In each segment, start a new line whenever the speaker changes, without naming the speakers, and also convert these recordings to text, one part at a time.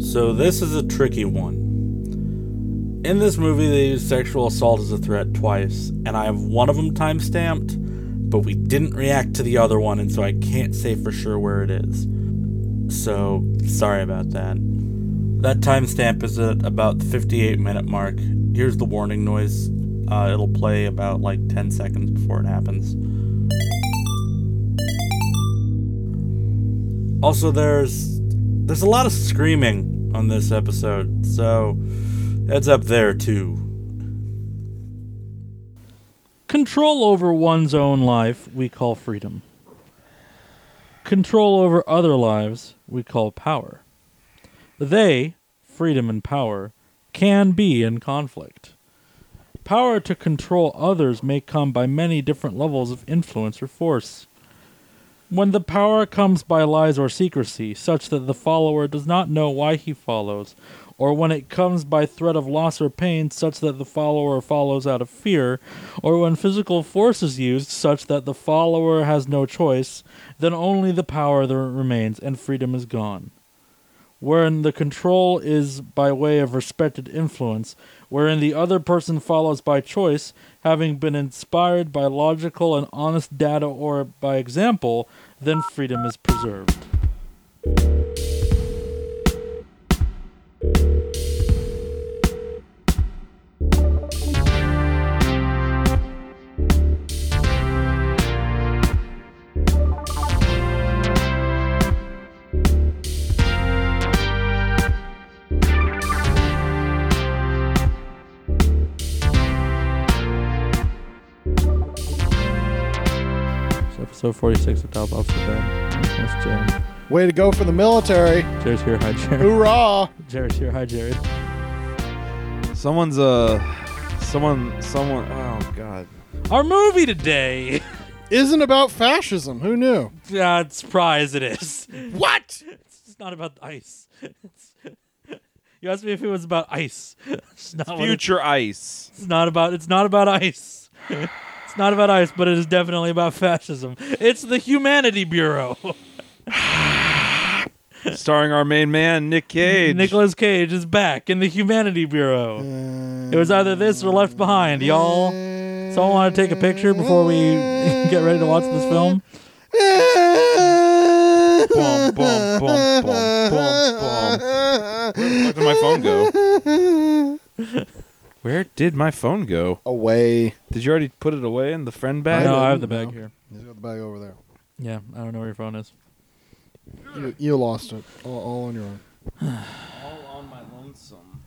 So this is a tricky one. In this movie, they use sexual assault as a threat twice, and I have one of them time stamped, but we didn't react to the other one, and so I can't say for sure where it is. So sorry about that. That timestamp is at about the 58 minute mark. Here's the warning noise. Uh, it'll play about like 10 seconds before it happens. Also, there's there's a lot of screaming on this episode, so heads up there too. Control over one's own life we call freedom. Control over other lives we call power. They, freedom and power, can be in conflict. Power to control others may come by many different levels of influence or force. When the power comes by lies or secrecy, such that the follower does not know why he follows, or when it comes by threat of loss or pain, such that the follower follows out of fear, or when physical force is used, such that the follower has no choice, then only the power there remains, and freedom is gone wherein the control is by way of respected influence, wherein the other person follows by choice, having been inspired by logical and honest data or by example, then freedom is preserved. It's episode 46 of Top Off the Bed. That's Jared.
Way to go for the military.
Jared's here. Hi, Jared.
Hoorah.
Jared's here. Hi, Jared.
Someone's uh someone someone oh god.
Our movie today,
Isn't about fascism. Who knew?
God, surprise it is.
What?
It's not about ice. It's- you asked me if it was about ice. It's not what it-
Future Ice.
It's not about. It's not about ice. it's not about ice, but it is definitely about fascism. It's the Humanity Bureau.
Starring our main man, Nick Cage.
Nicholas Cage is back in the Humanity Bureau. it was either this or Left Behind, y'all. Someone want to take a picture before we get ready to watch this film?
Bum, bum, bum, bum, bum, bum. Where the fuck did my phone go? Where did my phone go?
Away.
Did you already put it away in the friend
I
bag?
no, I
don't
have the bag
know.
here.
He's got the bag over there.
Yeah, I don't know where your phone is.
You, you lost it. All, all on your own.
All on my lonesome.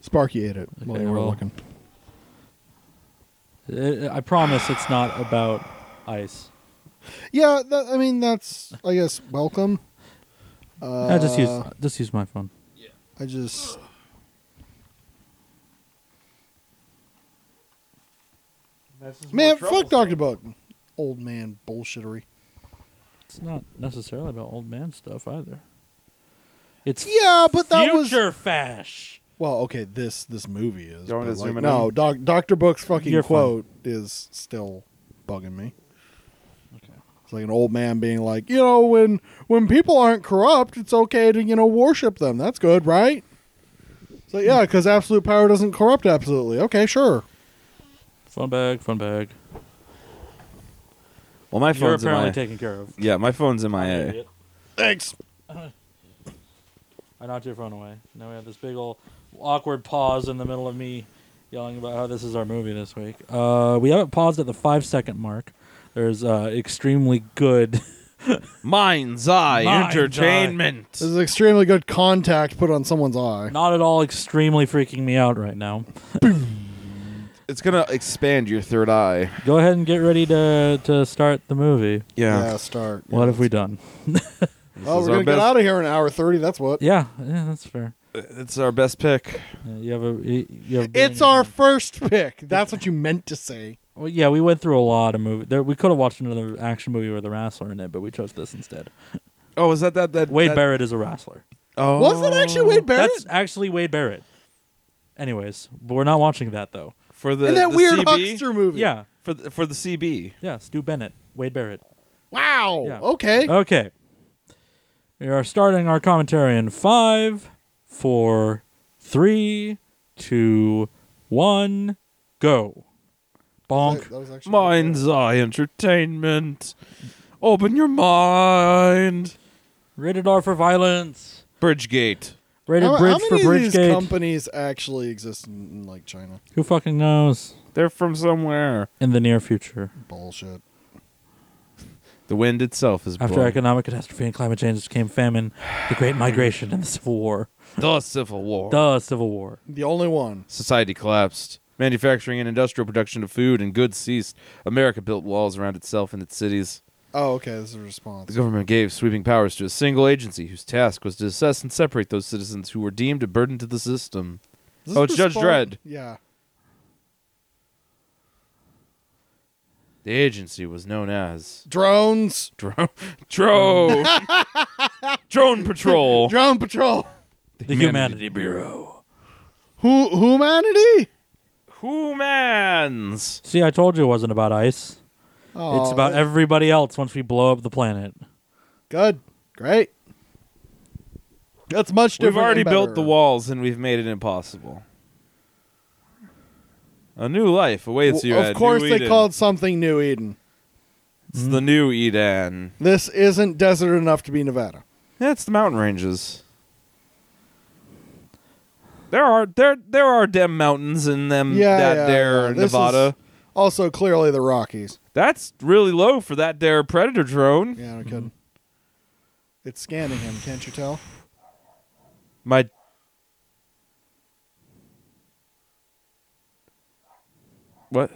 Sparky ate it while
Okay,
you were
well.
looking.
Uh, I- I promise it's not about ice.
Yeah, that, I mean, that's, I guess, welcome. Uh,
I just use just use my phone.
I just. Man, fuck Dr. Buck. Old man bullshittery.
It's not necessarily about old man stuff either. It's
Yeah, but that was.
future fash.
Well, okay, this this movie is.
You want me
but,
to
like,
zoom in
no,
on?
doc, Dr. Book's fucking
You're fine.
quote is still bugging me.
Okay.
It's like an old man being like, you know, when when people aren't corrupt, it's okay to you know worship them. That's good, right? So yeah, because absolute power doesn't corrupt absolutely. Okay, sure.
Phone bag, phone bag.
Well, my
You're
phone's in
apparently
my
taken care of.
yeah, my phone's in my uh, A.
Idiot.
Thanks.
I knocked your phone away. Now we have this big old awkward pause in the middle of me yelling about how this is our movie this week. Uh, we haven't paused at the five second mark. There's uh, extremely good.
Mind's Eye
Mind's Eye.
Entertainment.
This is extremely good contact put on someone's eye.
not at all extremely freaking me out right now.
It's gonna expand your third eye.
Go ahead and get ready to to start the movie.
Yeah, start.
What have we done?
Oh,
is
we're
our
gonna get
best-
out of here in an hour thirty. That's what.
Yeah, yeah, that's fair.
It's our best pick.
Yeah, you have a you you have a brain
It's
in
our
your-
first pick. That's what you meant to say.
Well, yeah, we went through a lot of movie. There, we could have watched another action movie with a wrestler in it, but we chose this instead.
Oh, is that that that
Wade
that-
Barrett is a wrestler.
Oh,
Was that actually Wade Barrett?
That's actually Wade Barrett. Anyways, but we're not watching that though.
for the
in that
the
weird
CB?
huckster movie.
Yeah,
for the, for the CB?
yeah. Stu Bennett, Wade Barrett.
Wow.
Yeah.
Okay.
Okay. We are starting our commentary in five, four, three, two, one, go. Bonk.
That was actually-
Mind's Eye Entertainment. Open your mind.
Rated R for violence.
Bridgegate.
Rated
How,
bridge
how
for
many of these
Bridgegate.
companies actually exist in, in, like China?
Who fucking knows?
They're from somewhere.
In the near future,
Bullshit.
The wind itself is
after
blowing.
economic catastrophe and climate change came famine, the Great Migration, and the Civil War.
the Civil War.
The Civil War.
The only one.
Society collapsed. Manufacturing and industrial production of food and goods ceased. America built walls around itself and its cities.
Oh, okay. This is a
The
response.
government gave sweeping powers to a single agency whose task was to assess and separate those citizens who were deemed a burden to the system.
This
Oh,
is
it's Judge
respon-
Dredd.
Yeah.
The agency was known as
Drones.
Drone Drone Drone Patrol.
Drone patrol.
The Humanity Bureau.
Who humanity?
Humans.
See, I told you it wasn't about ice.
Oh,
it's about
that-
everybody else once we blow up the planet.
Good. Great. That's much different.
We've already
and
built the
better.
walls and we've made it impossible. A new life
Well,
awaits you.
of
at
course,
New
they
Eden.
called something New Eden.
it's the New Eden.
This isn't desert enough to be Nevada.
Yeah, it's the mountain ranges. There are there there are dem mountains in them
Yeah,
Mm, that
yeah,
there
yeah. This
Nevada.
is Also, clearly the Rockies.
That's really low for that there predator drone.
Yeah, no kidding. It's scanning him. Can't you tell?
My What?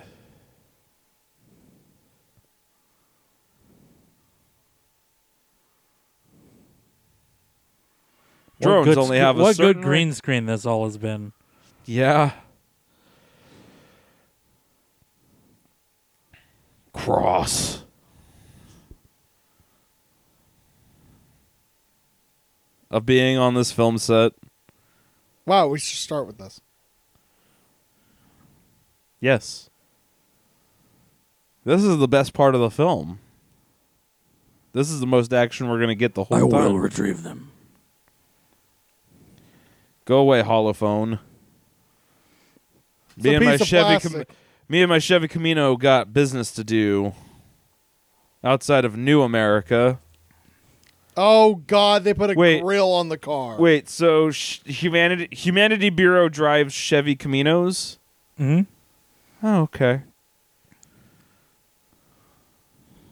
Drones
what good
only
sc-
have a
what
certain
good green screen this all has been.
Yeah. Cross. Of being on this film set.
Wow, we should start with this.
Yes. This is the best part of the film. This is the most action we're going to get the whole time.
retrieve them.
Go away, holophone.
It's
Me
a
and my
piece of
Chevy, Cam-
plastic.
me and my Chevy Camino got business to do outside of New America.
Oh God, they put a
Wait.
grill on the car.
Wait, so sh- humanity Humanity Bureau drives Chevy Caminos?
hmm
Oh, okay.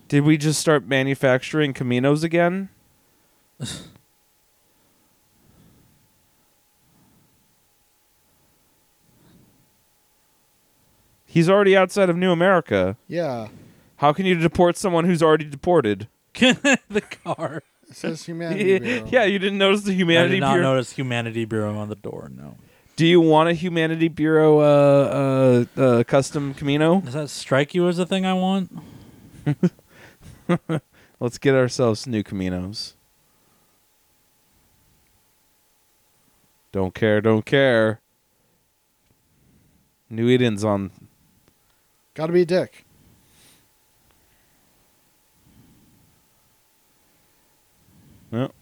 Did we just start manufacturing Caminos again? He's already outside of New America.
Yeah,
How can you deport someone who's already deported?
the car.
it says humanity. Bureau.
yeah, you didn't notice the
I
Humanity
did not
Bureau.
notice Humanity Bureau on the door. No.
Do you want a Humanity Bureau uh, uh, uh, custom Camino?
Does that strike you as a thing I want?
Let's get ourselves new Caminos. Don't care, don't care. New Eden's on.
gotta be a dick.
No.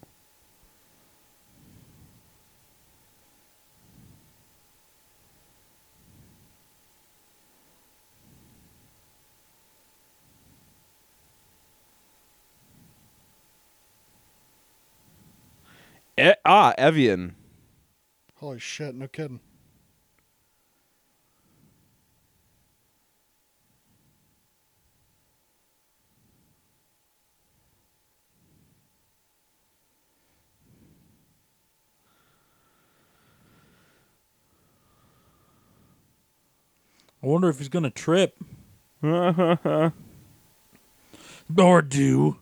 E- ah, Evian.
Holy shit, no kidding.
I wonder if he's gonna trip. or do.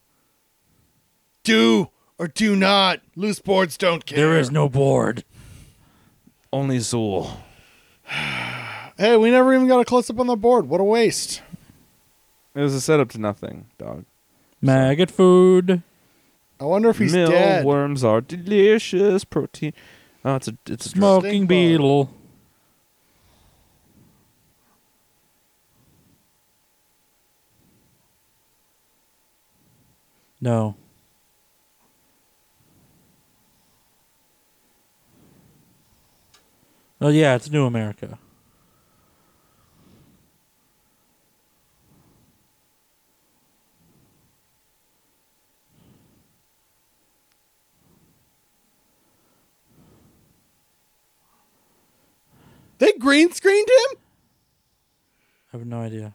Do or do not. Loose boards don't care.
There is no board.
Only Zool.
Hey, we never even got a close up on the board. What a waste.
It was a setup to nothing, dog.
Maggot food.
I wonder if he's
Mealworms
dead.
worms are delicious protein. Oh, it's a it's a drug.
Smoking
Stink bug.
beetle. No. Oh yeah, it's New America.
They green screened him?
I have no idea.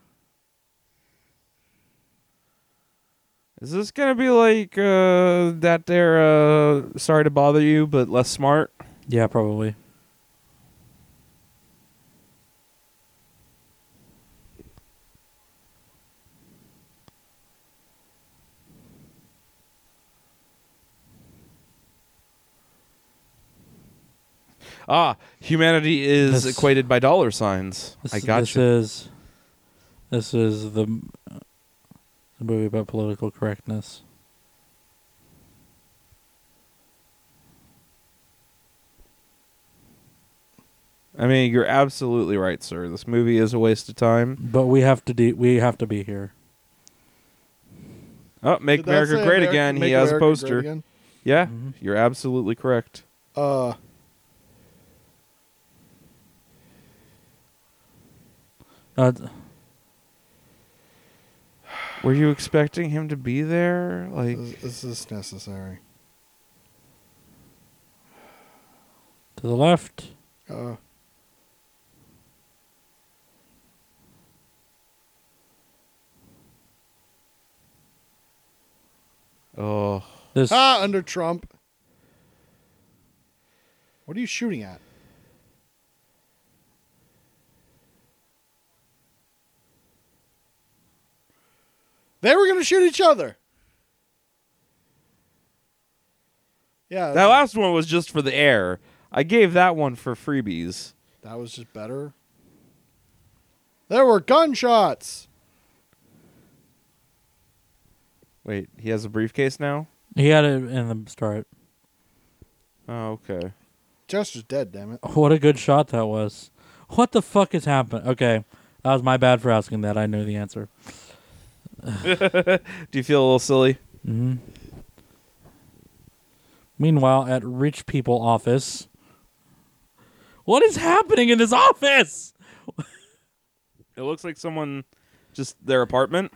Is this gonna be like uh, that? There, uh, sorry to bother you, but less smart.
Yeah, probably.
Ah, humanity is
This-
equated by dollar signs.
This,
I got
this
you.
is this is the, uh, the movie about political correctness.
I mean, you're absolutely right, sir. This movie is a waste of time.
But we have to de- we have to be here.
Oh, make
Did that
America
say
great
America-
again.
Make
He has
America
a
Great
poster.
Again?
Yeah,
Mhm.
you're absolutely correct.
Uh,
Uh,
Were you expecting him to be there? Like,
is, is this necessary?
to the left.
Uh, Uh,
oh,
This
ah, under Trump. What are you shooting at? They were going to shoot each other. Yeah,
that last one was just for the air. I gave that one for freebies.
that was just better. There were gunshots.
Wait, he has a briefcase now.
he had it in the start.
Oh, okay.
Chester's dead, damn it.
What a good shot that was. What the fuck is happening? Okay, that was my bad for asking that. I knew the answer.
Do you feel a little silly?
hmm Meanwhile, at rich people office, what is happening in this office?
It looks like someone just their apartment.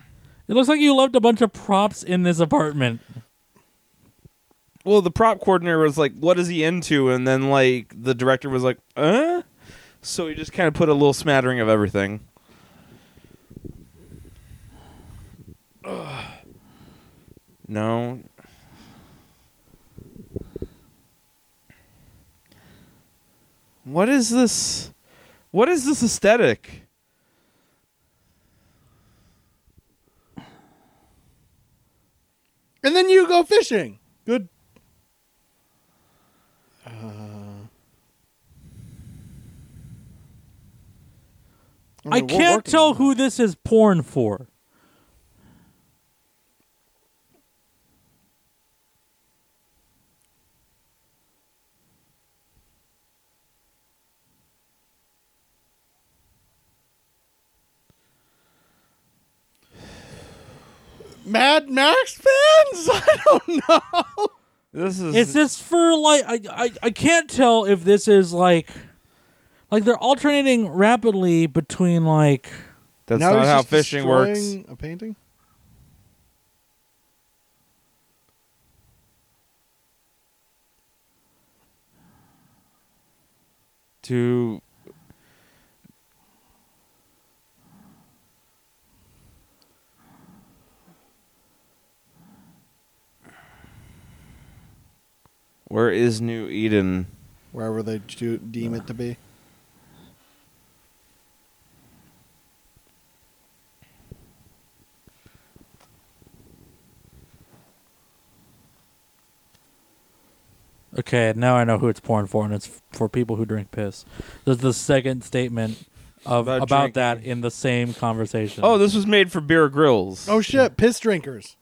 It looks like you left a bunch of props in this apartment.
Well, the prop coordinator was like, "What is he into?" And then like the director was like, "Uh," so he just kind of put a little smattering of everything. Ugh. No. What is this? What is this aesthetic?
And then you go fishing. Good. Uh,
I
mean, we're
can't
working
tell
on
who this is porn for.
that. Mad Max fans. I don't know.
This is
Is this for like I, I I can't tell if this is like like they're alternating rapidly between like
that's
Now
not
he's
how
just
fishing works.
destroying A painting.
To Where is New Eden?
wherever they do, deem it to be.
okay now I know who it's porn for and it's for people who drink piss. There's the second statement of
About
about,
drinking.
that in the same conversation.
Oh, this was made for beer grills.
Oh shit! Piss drinkers.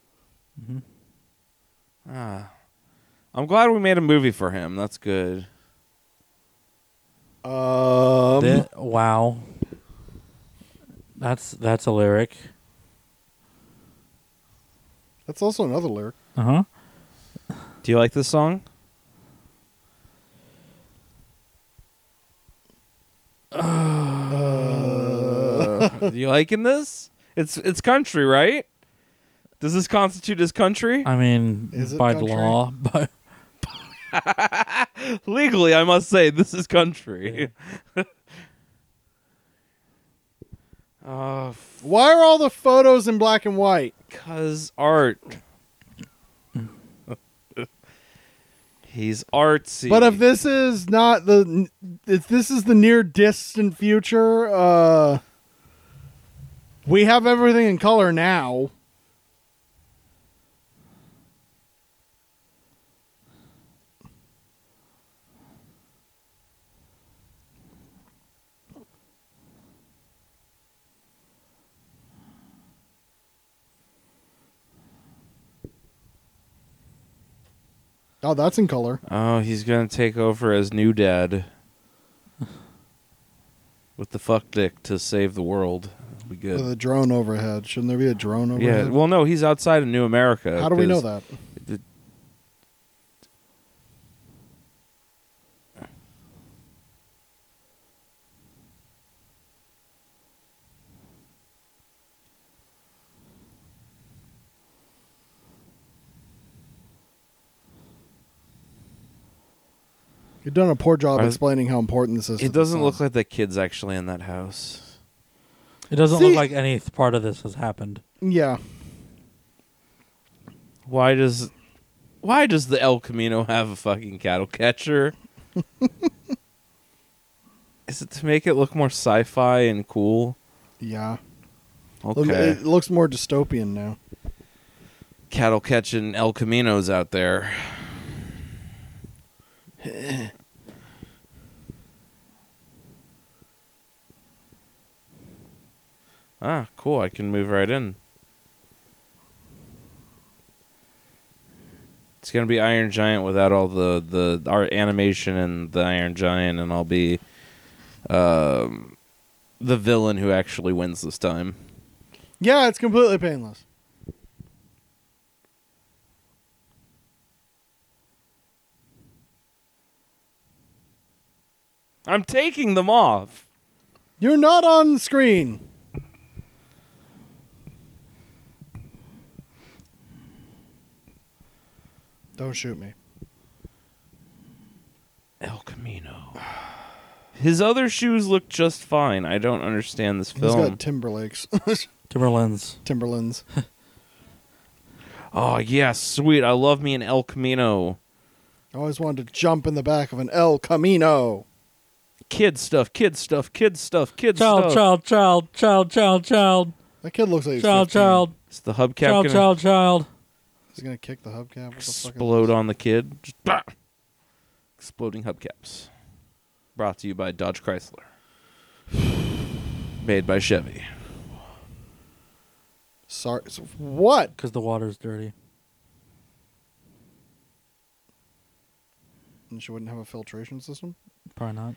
Ah. I'm glad we made a movie for him. That's good.
Um,
Thi- wow, that's that's a lyric.
that's also another lyric.
Uh huh.
Do you like this song?
Uh.
you liking this? It's it's country, right? Does this constitute as country?
Uh.
I mean,
Is it
by
country?
law, but
Legally, I must say this is country. Oh,
Why are all the photos in black and white?
cuz art.
Mm.
He's artsy.
But if this is not the, if this is the near distant future, uh, we have everything in color now. Oh, that's in color.
Oh, he's gonna take over as new dad. With the fuck dick to save the world. Be good.
With a drone overhead. Shouldn't there be a drone
yeah.
overhead?
Well, no, he's outside of New America.
How do we know
'cause-
that?
The-
You've done a poor job
Are-
explaining how important this is. to
It
the
doesn't
song.
look like the kid's actually in that house.
it doesn't
See-
look like any th- part of this has happened.
Yeah,
Why does why does the El Camino have a fucking cattle catcher? Is it to make it look more sci-fi and cool?
yeah. Look-
Okay.
It looks more dystopian now.
cattle catching El Caminos out there. ah, cool. I can move right in. It's gonna be Iron Giant without all the the art animation and the Iron Giant, and I'll be um, the villain who actually wins this time.
Yeah, it's completely painless.
I'm taking them off.
You're not on screen. Don't shoot me.
El Camino. His other shoes look just fine. I don't understand this
He's
film.
got Timberlakes,
Timberlands.
Timberlands.
oh yeah, sweet. I love me an El Camino.
I always wanted to jump in the back of an El Camino.
Kid stuff, kid stuff, kid stuff, kid
Child,
stuff.
child, child, child, child, child,
That kid looks like he's
child,
15.
child,
Is the hubcap
child,
gonna
child, child.
He's gonna kick the hubcap. What the fuck is
explode on the kid? Just, bah! Exploding hubcaps. Brought to you by Dodge Chrysler. Made by Chevy.
Sorry. so What?
Because the water's dirty.
And she wouldn't have a filtration system?
Probably not.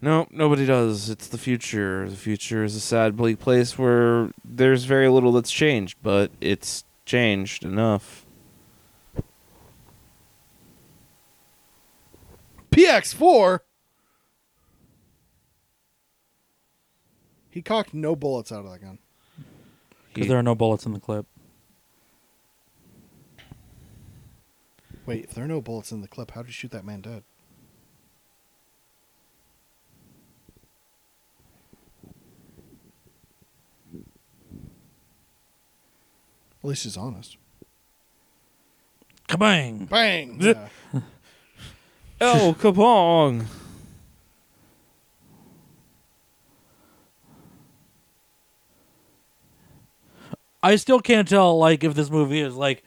No, nobody does. It's the future. The future is a sad, bleak place where there's very little that's changed, but it's changed enough.
PX4? He cocked no bullets out of that gun.
Because
He-
there are no bullets in the clip.
Wait, if there are no bullets in the clip, how did you shoot that man dead? At least he's honest.
Kabang!
Bang! Yeah.
El Capong!
I still can't tell like if this movie is like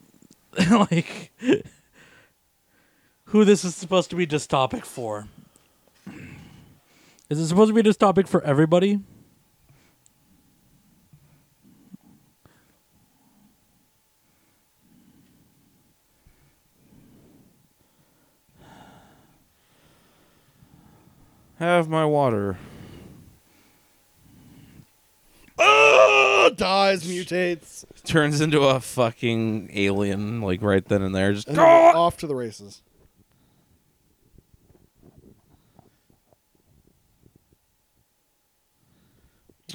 like who this is supposed to be dystopic for. Is it supposed to be dystopic for everybody?
Have my water.
Ah, dies, mutates,
Turns into a fucking alien, like right then and there. Just
and then off to the races.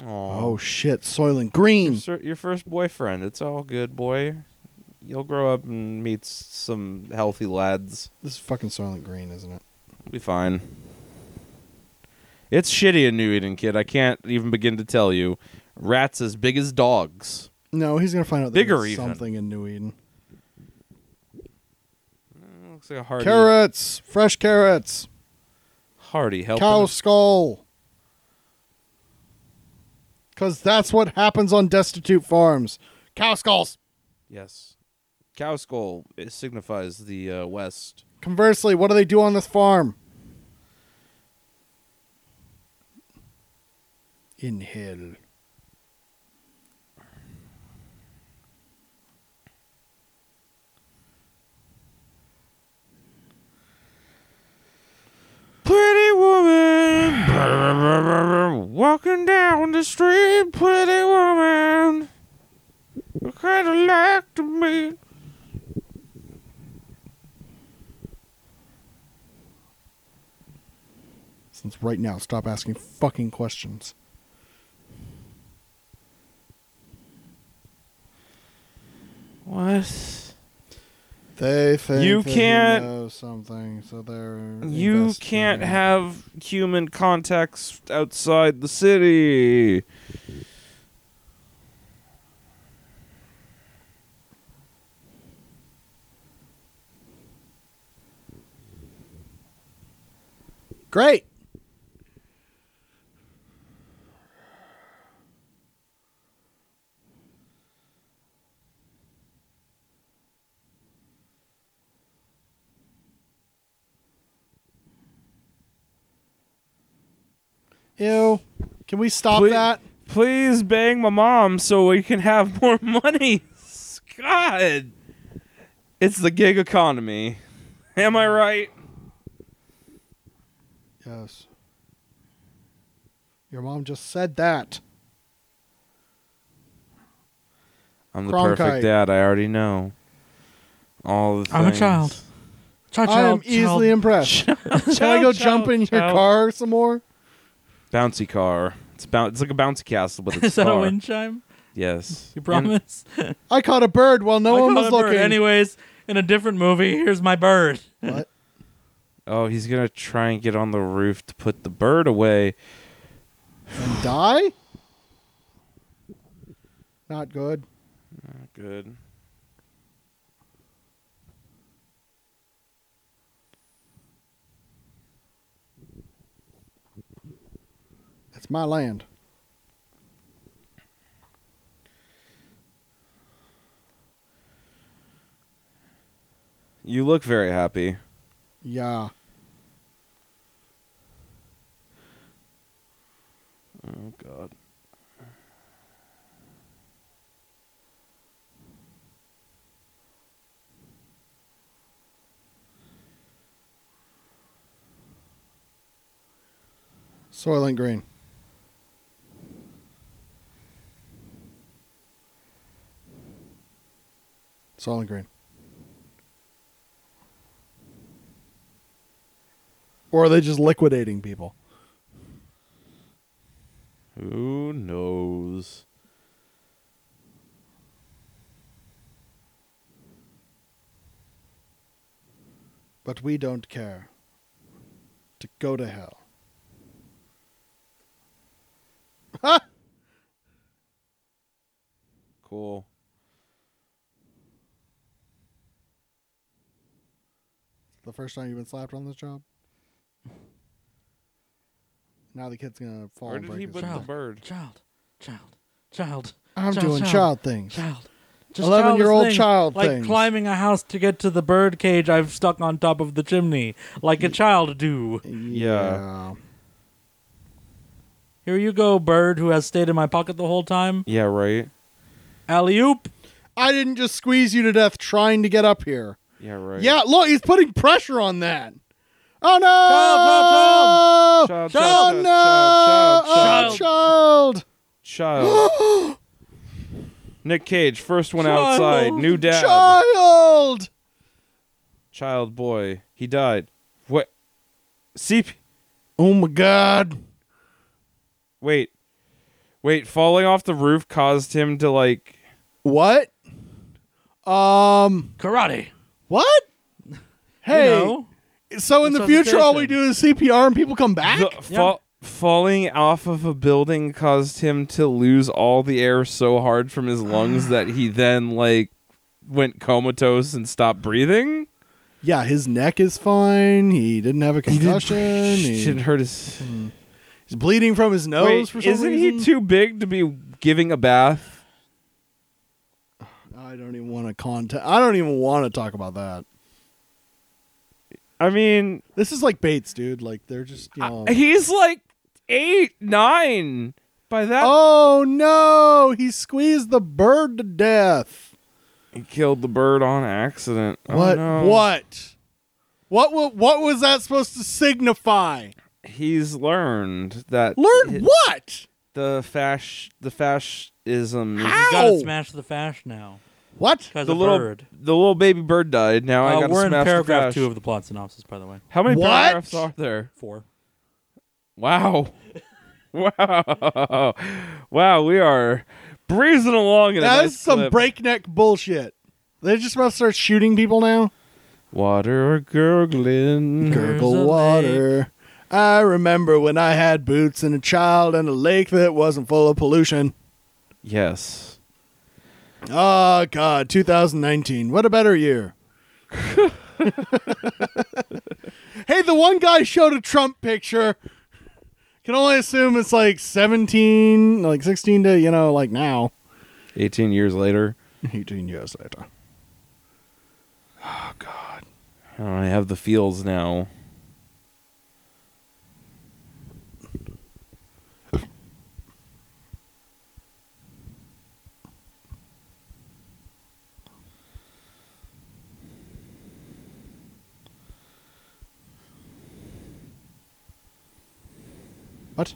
Um,
Oh shit, Soylent Green.
your, your first boyfriend. It's all good, boy. You'll grow up and meet s- some healthy lads.
This is fucking Soylent Green, isn't it?
Be fine. It's shitty in New Eden, kid. I can't even begin to tell you. Rats as big as dogs.
No, he's gonna find out
Bigger
there's
even.
something in New Eden.
Looks like a hardy,
Carrots, fresh carrots,
hardy helping.
cow skull. Cause that's what happens on destitute farms. Cow skulls.
Yes, cow skull. It signifies the uh, West.
Conversely, what do they do on this farm? In hell.
Pretty woman, walking down the street. Pretty woman, kind of like to me.
Since right now, stop asking fucking questions.
What?
They think
You
that he
can't-
knows something, so they're
You
investing
can't
in-
have human contacts outside the city.
Great. Ew. Can we stop
Please-
that?
Please bang my mom so we can have more money. God. It's the gig economy. Am I right?
Yes. Your mom just said that.
I'm the
Cronkite.
perfect dad. I already know. All the
I'm a
things.
child. Child,
I am easily impressed. Can I go jump in your car some more?
Bouncy car. It's boun- It's like a bouncy castle, but it's
Is that
car.
a wind chime?
Yes.
You
And-
promise?
I caught a bird while no
I
one
caught
was
a bird.
looking.
Anyways, in a different movie, here's my bird.
What?
oh, he's gonna try and get on the roof to put the bird away.
And die? Not good.
Good.
It's my land.
You look very happy.
Yeah.
Oh God.
Soylent Green. Soylent Green. Or are they just liquidating people?
Who knows?
But we don't care. To go to hell.
Cool.
The first time you've been slapped on this job? Now the kid's gonna fall.
Where
and
did
break
he
his
put
leg.
the bird?
Child, child, child.
I'm
Child,
doing
child.
child things.
child. childish
11-year-old
things,
child
like
things.
climbing a house to get to the bird cage I've stuck on top of the chimney, like a child do.
Yeah.
Here you go, bird, who has stayed in my pocket the whole time.
Yeah, right.
Alley oop.
I didn't just squeeze you to death trying to get up here.
Yeah, right.
Yeah, look, he's putting pressure on that. Oh no!
Child,
Oh
Child, child,
no!
child,
Oh, child.
child,
Oh,
child. Nick Cage, first one
Child.
outside. New dad.
Child.
Child boy. He died. What? CP.
Oh my god.
Wait. Wait, falling off the roof caused him to like.
What? Um.
Karate.
What? Hey.
You know?
so in the
that's
future, all we
resuscitation.
do is CPR and people come back.
The, fa- Falling off of a building caused him to lose all the air so hard from his lungs that he then like went comatose and stopped breathing.
yeah, his neck is fine. He didn't have a concussion. He
Shouldn't hurt his.
he's bleeding from his nose
Wait,
for some
isn't
reason.
he too big to be giving a bath?
I don't even want to contact. I don't even want to talk about that.
I mean,
This is like Bates, dude. Like they're just you know.
he's like eight, nine. By that,
oh no! He squeezed the bird to death.
he killed the bird on accident. Oh,
What?
no.
What? What? What? What was that supposed to signify?
He's learned that
Learn
hi-
what?
the fash the fascism. is-
You gotta
Ow!
smash the fash now.
What?
Because
The
a
little
bird.
the little baby bird died. Now I
Uh,
got
we're in paragraph
fash.
two of the plot synopsis, by the way.
How many
What?
paragraphs are there?
Four.
Wow, wow, wow. We are breezing along in a
That's
nice
some
clip.
breakneck bullshit. They're just about to start shooting people now.
Water gurgling.
Gurg- There's a
Gurgle water. I remember when I had boots and a child and a lake that wasn't full of pollution.
yes.
Oh God, 2019. What a better year. hey, the one guy showed a Trump picture. Can only assume it's like 17, like 16 to, you know, like now.
18 years later.
18 years later. Oh God.
Oh, I have the feels now.
What?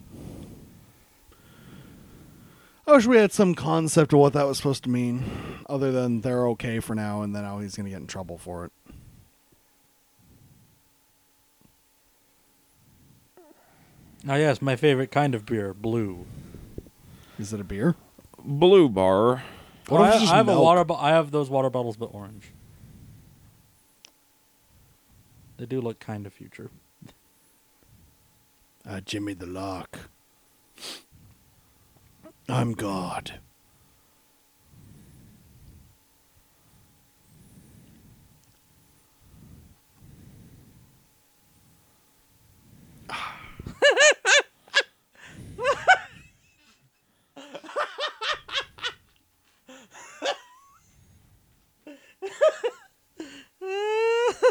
I wish we had some concept of what that was supposed to mean, other than they're okay for now, and then now he's going to get in trouble for it.
Oh, yes, my favorite kind of beer, blue.
Is it a beer?
Blue bar.
What if
I,
it's just
I have a
milk?
water. Bo- I have those water bottles, but orange. They do look kind of future.
Uh, Jimmy the Lark. I'm God.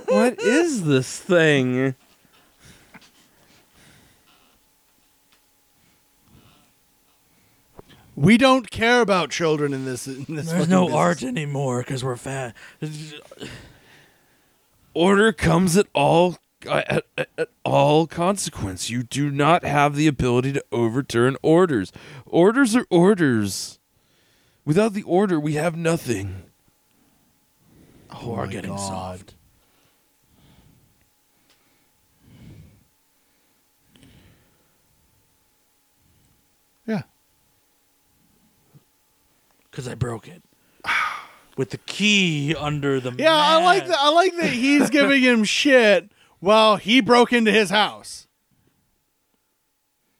what is this thing?
We don't care about children in this. In this
There's
fucking
no
business. Oh
art anymore because we're fat.
Order comes at all uh, at, at, at all consequence. You do not have the ability to overturn orders. Orders are orders. Without the order, we have nothing.
Oh, we're
my
getting
God.
soft.
Yeah.
Because I broke it with the key under the.
Yeah, I like
mat.
that. I like that he's giving him shit while he broke into his house.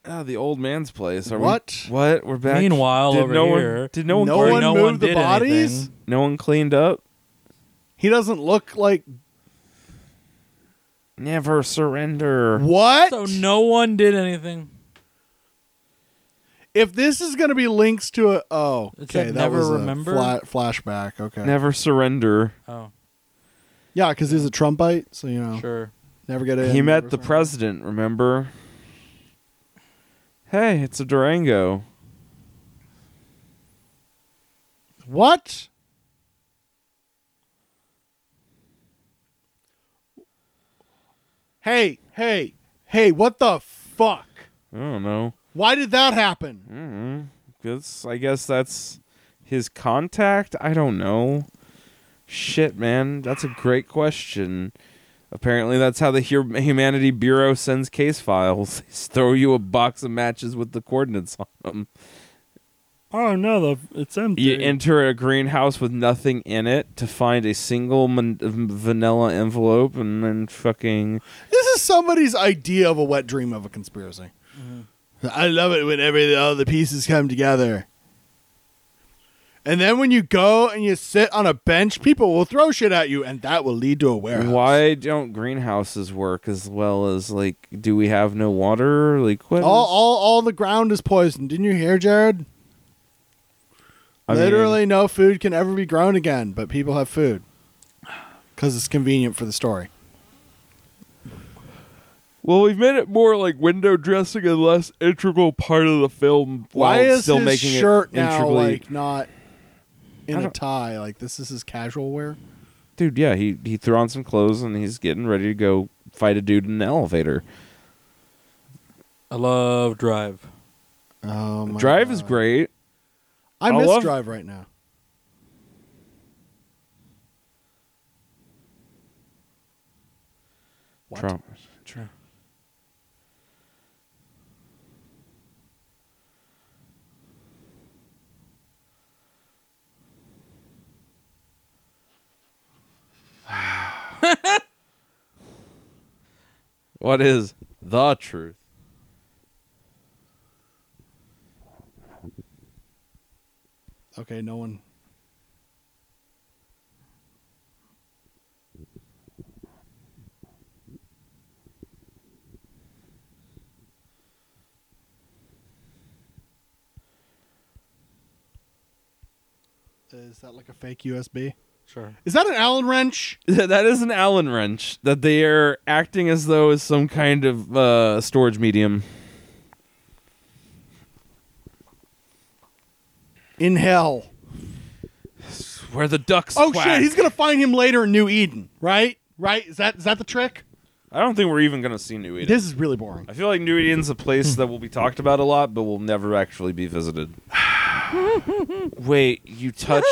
Ah, the old man's place. Are we-
What?
what? We're back.
Meanwhile,
did
over
no One,
here-
did no one?
No
Or
clean-
one
no
moved
one
the
did
bodies?
anything.
no one cleaned up.
He doesn't look like
Never surrender.
what.
So no one did anything.
If this is going to be links to a oh,
It
okay,
said
that
never
was
remember?
a fla- flashback. Okay,
Never surrender.
Oh,
yeah, because he's a Trumpite, so you know,
sure.
never get it.
He met the president, remember? Hey, it's a Durango.
What? Hey, hey, hey! What the fuck?
I don't know.
Why did that happen?
mm That's, I guess that's his contact. I don't know. Shit, man. That's a great question. Apparently, that's how the Hu- Humanity Bureau sends case files. They just throw you a box of matches with the coordinates on them.
Oh no, the, it's empty.
You enter a greenhouse with nothing in it to find a single man- vanilla envelope and then fucking.
This is somebody's idea of a wet dream of a conspiracy. I love it when every all the pieces come together. And then when you go and you sit on a bench, people will throw shit at you, and that will lead to a warehouse.
Why don't greenhouses work as well as like? Do we have no water? Like what?
All,
is-
all, all the ground is poisoned. Didn't you hear, Jared?
I mean,
Literally, no food can ever be grown again, but people have food because it's convenient for the story.
well, we've made it more like window dressing and less integral part of the film.
Why
while
is
still
his
making
shirt
it
now
integrally-
like not in
I
a
don't-
tie? Like this is his casual wear.
dude? Yeah, he he threw on some clothes and he's getting ready to go fight a dude in an elevator.
I love Drive.
Oh my
Drive
God.
is great.
I
I
miss
love-
Drive right now. What?
Trump. what is the truth?
Okay, no one. Is that like a fake USB?
Sure.
Is that an Allen wrench?
that is an Allen wrench that they are acting as though is some kind of uh, storage medium.
In hell.
Where the ducks.
Oh
quack.
shit, he's gonna find him later in New Eden, right? Right? Is that is that the trick?
I don't think we're even gonna see New Eden.
This is really boring.
I feel like New Eden's a place that will be talked about a lot, but will never actually be visited. Wait, you touch,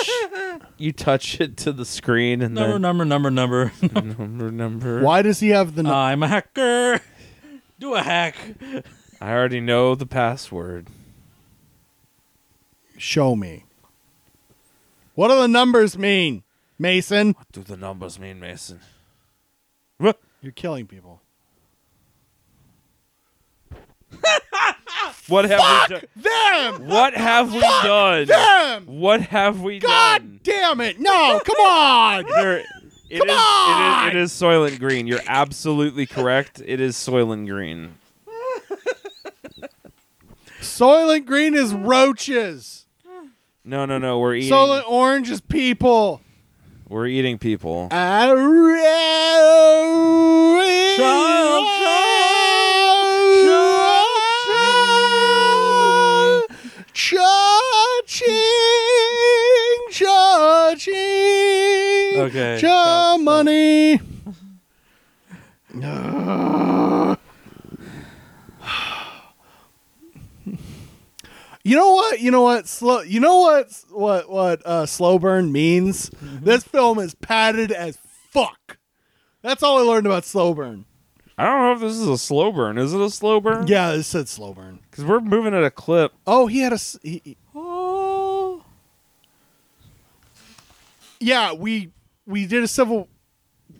you touch it to the screen and
Number,
then
number, number, number.
number number.
Why does he have the nu-
I'm a hacker. Do a hack.
I already know the password.
show me? What do the numbers mean, Mason?
Do the numbers mean, Mason?
You're killing people.
What have we done?
Them!
What have we done?
Them!
What have we done?
God damn it! No, come on!
There, it,
Come
is, it
on!
is. It is Soylent Green. You're absolutely correct. It is Soylent Green.
Soylent Green is roaches.
No, no, no. We're eating.
Soylent Orange is people. Uh,
We're eating people.
Child,
Cha-ching, cha-ching,
Okay,
cha
stop, stop.
money. You know what? You know what? Slow. You know what? What? What? Uh, slow burn means.
Mm-hmm.
This film is padded as fuck. That's all I learned about slow burn.
I don't know if this is a slow burn. Is it a slow burn?
Yeah, it said slow burn.
Because we're moving at a clip.
Oh, he had a. s- He, he-
Oh.
yeah, we we did a civil.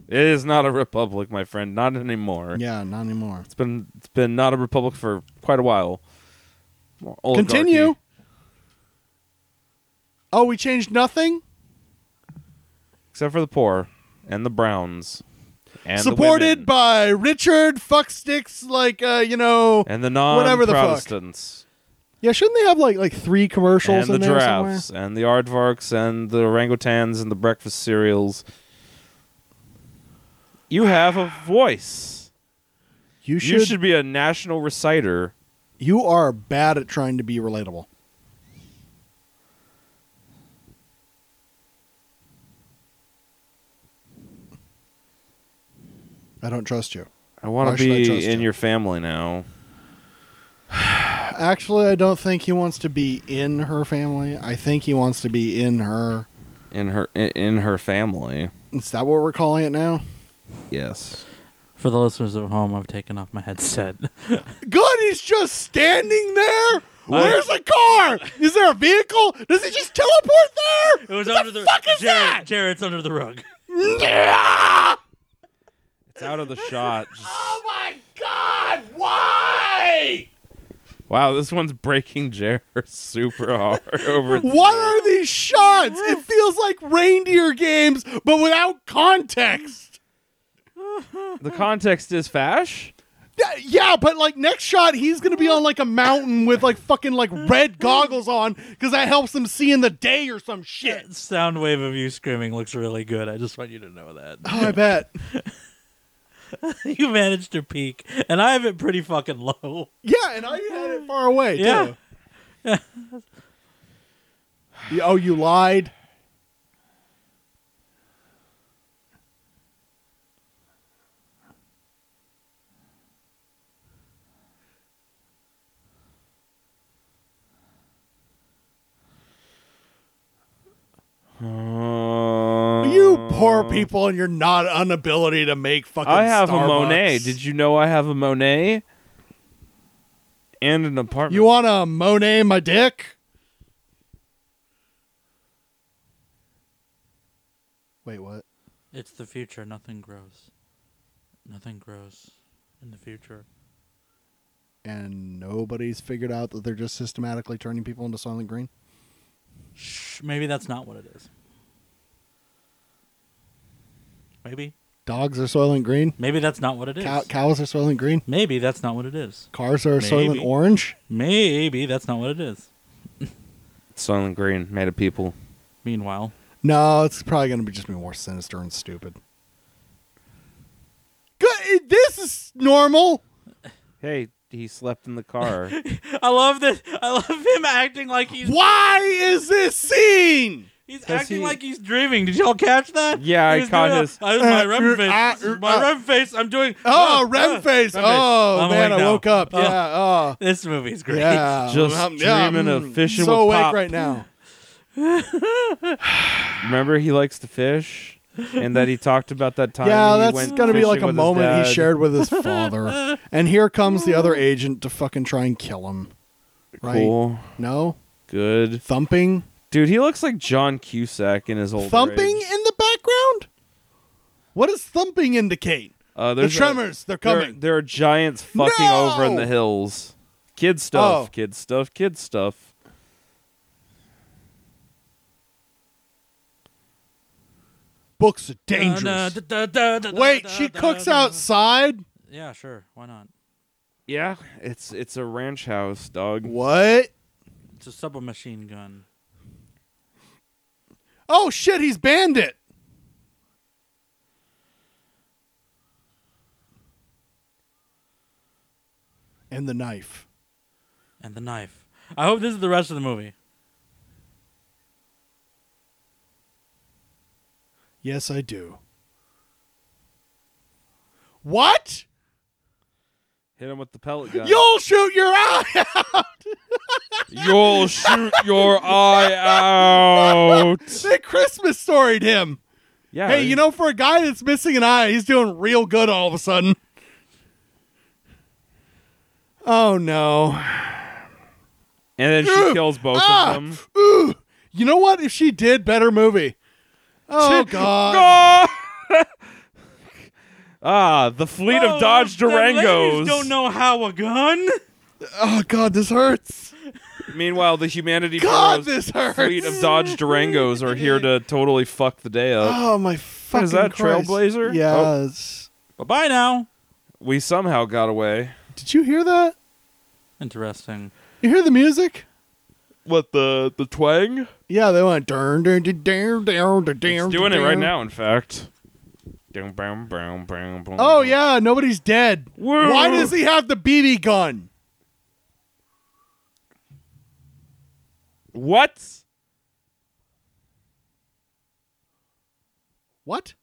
It is not a republic, my friend. Not anymore.
Yeah, not anymore.
It's been it's been not a republic for quite a while. Oligarchy.
Continue. Oh, we changed nothing.
Except for the poor and the browns. And the
Supported
women.
by Richard Fucksticks, like uh, you know.
and the non
the fuck.
Protestants.
Yeah, shouldn't they have like like three commercials
And the
in there somewhere?
giraffes and the aardvarks and the orangutans and the breakfast cereals. You have a voice.
You
You should be a national reciter.
You are bad at trying to be relatable. I don't trust you.
I want
Why
to
should I
be
trust
in
you?
your family now.
Actually, I don't think he wants to be in her family. I think he wants to be in her.
in her in, in her family.
Is that what we're calling it now?
Yes.
For the listeners at home, I've taken off my headset.
Good, he's just standing there Where's the car? Is there a vehicle? Does he just teleport there?
It was
what
under
the,
the
fuck is
Jared,
that?
Jared's under the rug.
Yeah!
It's out of the shot. Just-
Oh my god! Why?
wow, this one's breaking Jared super hard over.
What are these shots? It feels like reindeer games, but without context.
The context is Fash.
Yeah, yeah, but like next shot, he's gonna be on like a mountain with like fucking like red goggles on because that helps him see in the day or some shit.
Sound wave of you screaming looks really good. I just want you to know that.
Oh, I bet.
you managed to peak, and I have it pretty fucking low.
Yeah, and I had it far away.
Yeah.
too. oh, you lied. You poor
Uh,
people and your not inability to make fucking.
I have a
Starbucks.
Monet. Did you know I have a Monet? And an apartment.
You want a Monet, my dick? Wait, what?
It's the future. Nothing grows. Nothing grows in the future.
And nobody's figured out that they're just systematically turning people into Silent Green.
Shh, maybe that's not what it is. Maybe.
Dogs are Silent Green.
Maybe that's not what it is.
Cow- cows are Silent Green.
Maybe that's not what it is.
Cars are Silent
Maybe.
Orange.
Maybe that's not what it is.
Silent Green made of people.
Meanwhile,
No, it's probably going to be just be more sinister and stupid. Good. eh, This is normal.
Hey, he slept in the car.
I love that. I love him acting like he's
Why is this scene?
he's
Does
acting
he-
like he's dreaming. Did y'all catch that?
Yeah, I
was
caught
doing a-
his-
I was my
Uh,
rem
uh,
face.
uh,
This is my
uh,
rem face. I'm doing.
Oh,
uh,
Rem
uh,
face.
rem
Oh
I'm
man,
awake
I
now.
woke up.
Oh,
Yeah. Oh.
This movie's great.
Yeah,
Just
I'm- yeah,
dreaming of
mm,
fishing
So
with
awake
Pop.
right now.
Remember, he likes to fish, and that he talked about that time.
yeah,
he
that's
went
gonna be
fishing
like a
with his
moment
dad.
he shared with his father. and here comes the other agent to fucking try and kill him. Right?
Cool,
No
good
thumping,
dude. He looks like John Cusack in his old
thumping
age.
in the background. What does thumping indicate?
Uh,
The
there's a-
tremors, they're
there-
coming.
There, are giants fucking
No!
over in the hills. Kid stuff.
Oh.
Kid stuff. Kid stuff.
Books are
Da, da,
dangerous.
da, da, da,
Wait,
da,
she
da,
cooks
da.
outside.
Yeah, sure. Why not?
Yeah, it's it's a ranch house, dog.
What?
It's a submachine gun.
Oh shit, he's bandit. And the knife.
and the knife. I hope this is the rest of the movie.
Yes, I do. What?
Hit him with the pellet gun.
You'll shoot your eye.
You'll shoot your eye out.
they Christmas storied him.
Yeah.
Hey, you know, for a guy that's missing an eye, he's doing real good all of a sudden. Oh no.
And then she
Ugh.
kills both
Ah.
of them.
Ooh. You know what? If she did, better movie. Oh god.
God. ah, the fleet
Oh,
of Dodge
the ladies
Durangos.
Don't know how a gun.
Oh god, this hurts.
Meanwhile, the humanity
God,
Bureau's
this hurts.
fleet of Dodge Durangos are here to totally fuck the day
Ah.
up.
Oh my fucking
is that,
Christ.
Trailblazer? Oh.
Yes.
Bye bye now.
We somehow got away.
Did you hear that?
Interesting.
You hear the music?
What the the twang?
Yeah, they went darn darn darn darn darn darn.
It's
darn,
doing it right
darn.
now. In fact. Dum, bum, bum, bum, bum.
Oh yeah, nobody's dead.
Woo.
Why does he have the BB gun?
What?
What?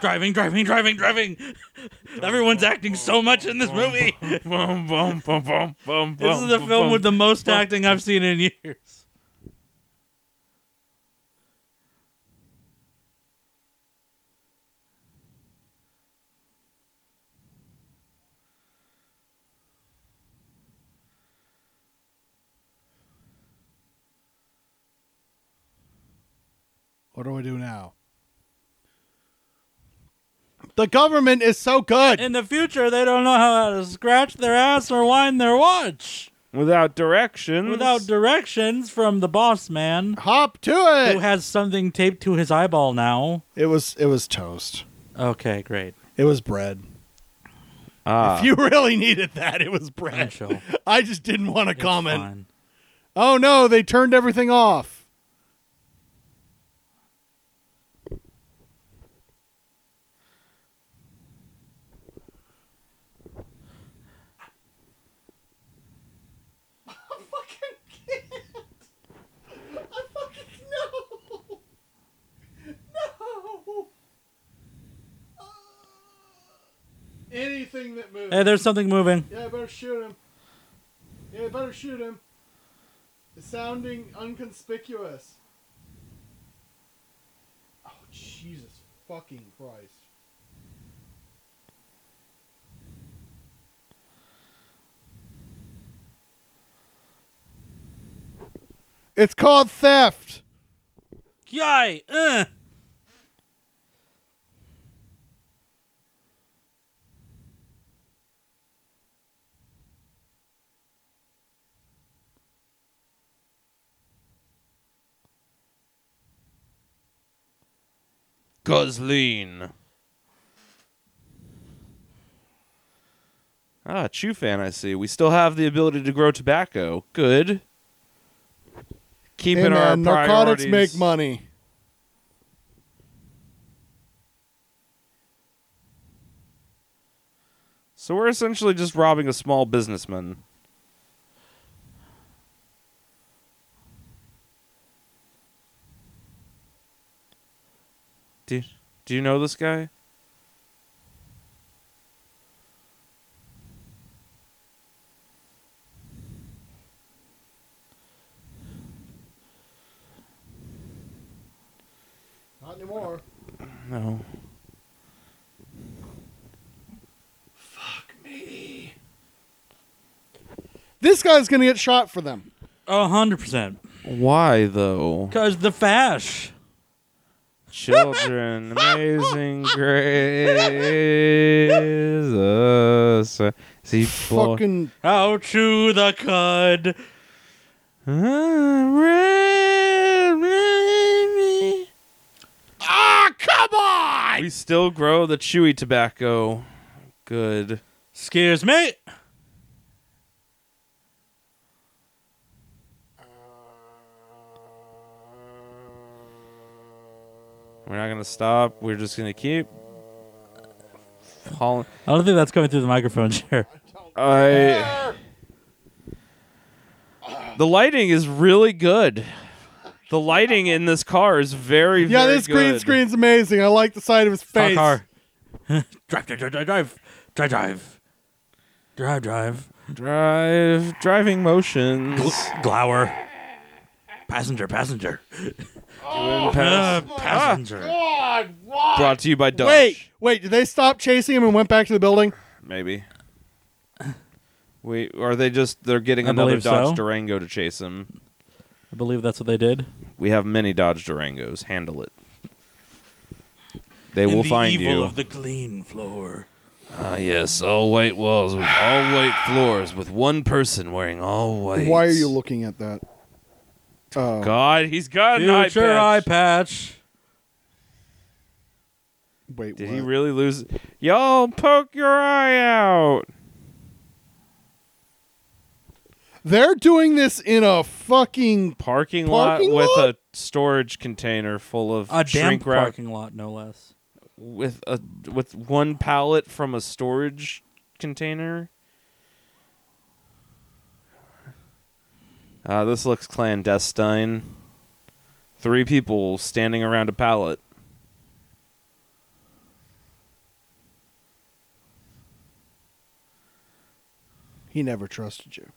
Driving, driving, driving, driving. Everyone's acting so much in this movie.
Bum, bum, bum, bum, bum,
This is the
bum,
film
bum.
with the most acting I've seen in years.
What do I do now? The government is so good.
In the future, they don't know how to scratch their ass or wind their watch.
Without
Mm.
directions.
Without directions from the boss man,
Hop to
who
it.
has something taped to his eyeball now.
It was it was toast.
Okay, great.
It was bread.
Ah.
If you really needed that, it was bread.
It's fine.
I just didn't want to comment. Oh no, they turned everything off. Anything that moves.
Hey, there's something moving.
Yeah, I better shoot him. Yeah, I better shoot him. It's sounding unconspicuous. Oh, Jesus fucking Christ. It's called theft.
Guy, uh.
Gosling. Ah, Chew fan, I see. We still have the ability to grow tobacco. Good. Keeping our
narcotics
priorities-
make money.
So we're essentially just robbing a small businessman. Do, do you know this guy?
Not anymore.
No.
Fuck me. This guy's gonna get shot for them.
A hundred percent.
Why though?
Cause the fash.
Children, amazing grace. uh, so- See, boy.
Fucking
How chew the cud.
Ah, ra- ra- me.
Ah, come on!
We still grow the chewy tobacco. Good.
Excuse me.
We're not gonna stop. We're just gonna keep. Hauling.
I don't think that's coming through the microphone chair.
I. The lighting is really good. The lighting in this car is very,
Yeah,
very
this green
good.
screen's amazing. I like the side of his face.
Car. drive, drive, drive, drive, drive, drive, drive, drive, drive.
Drive, driving motions.
Glower. Passenger, passenger,
Doing pass-
Uh, passenger.
God, why?
Brought to you by Dutch.
Wait, wait, did they stop chasing him and went back to the building?
Maybe. We or are they just they're getting
I
another
believe
Dodge
so.
Durango to chase him.
I believe that's what they did.
We have many Dodge Durangos. Handle it. They
In
will
the
find
evil
you.
of the clean floor.
Ah, yes, all white walls with all white floors with one person wearing all white.
Why are you looking at that? Oh.
God, he's got an eye
Future eye
patch.
patch.
Wait,
Did
what?
he really lose? Y'all poke your eye out.
They're doing this in a fucking.
Parking,
Parking
lot,
lot?
with a storage container full of
A damp
shrink wrap
parking lot, no less.
with a with one pallet from a storage container. Uh, this looks clandestine. Three people standing around a pallet.
He never trusted you.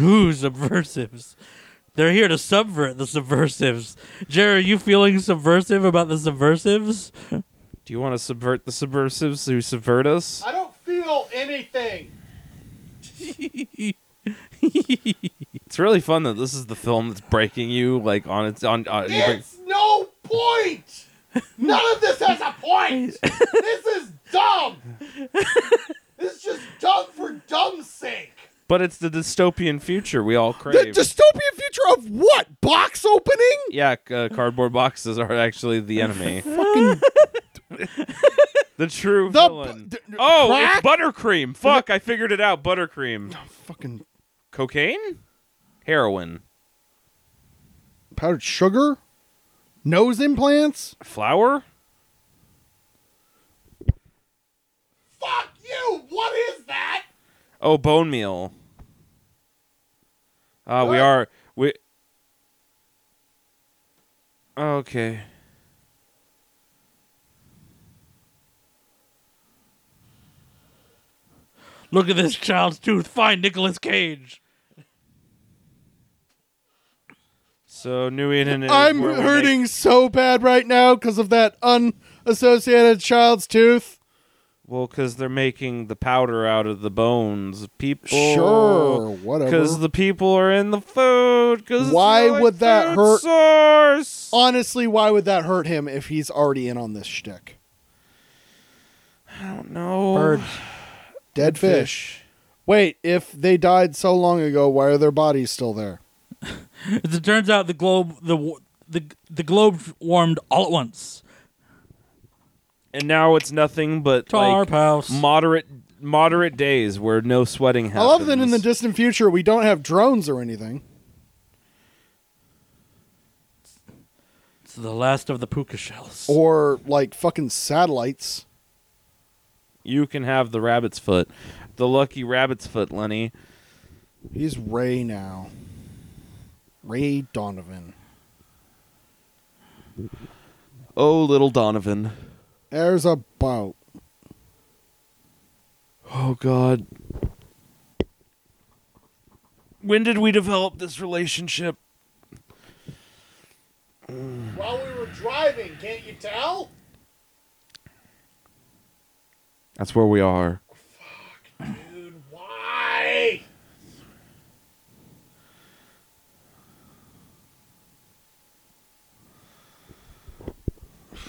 Ooh, subversives. They're here to subvert the subversives. Jerry, are you feeling subversive about the subversives?
Do you want to subvert the subversives who subvert us?
I don't feel anything.
It's really fun that this is the film that's breaking you like on its on. on you break-
It's no point. None of this has a point. This is dumb. This is just dumb for dumb's sake.
but it's the dystopian future we all
The
crave.
dystopian future of what? Box opening?
yeah, c- uh, cardboard boxes are actually the enemy.
Fucking
the true
The
villain.
bu- d-
oh,
crack?
it's buttercream. Fuck, I figured it out. Buttercream.
fucking
Cocaine? Heroin.
powdered sugar? Nose implants?
Flour?
Fuck you. What is that?
Oh, bone meal. Uh, we
What?
are we. Okay.
Look at this child's tooth. Find Nicolas Cage.
So New England. Is
I'm
where we make-
hurting so bad right now because of that unassociated child's tooth.
well, because they're making the powder out of the bones. of People.
Sure, whatever.
Because Oh, the people are in the food. Because
Why would that hurt- Oh.
Source.
Honestly, why would that hurt him if he's already in on this shtick?
I don't know.
Dead fish. Wait, if they died so long ago, why are their bodies still there?
As it turns out, the globe the wa- the the globe warmed all at once.
And now it's nothing but
Tar
like
house.
moderate moderate days where no sweating happens.
I love that in the distant future we don't have drones or anything.
it's the last of the puka shells.
Or like fucking satellites.
You can have the rabbit's foot. The lucky rabbit's foot, Lenny.
He's Ray now. Ray Donovan.
Oh, little Donovan.
There's a boat.
Oh, God. When did we develop this relationship?
While we were driving, can't you tell?
That's where we are.
Dude, why?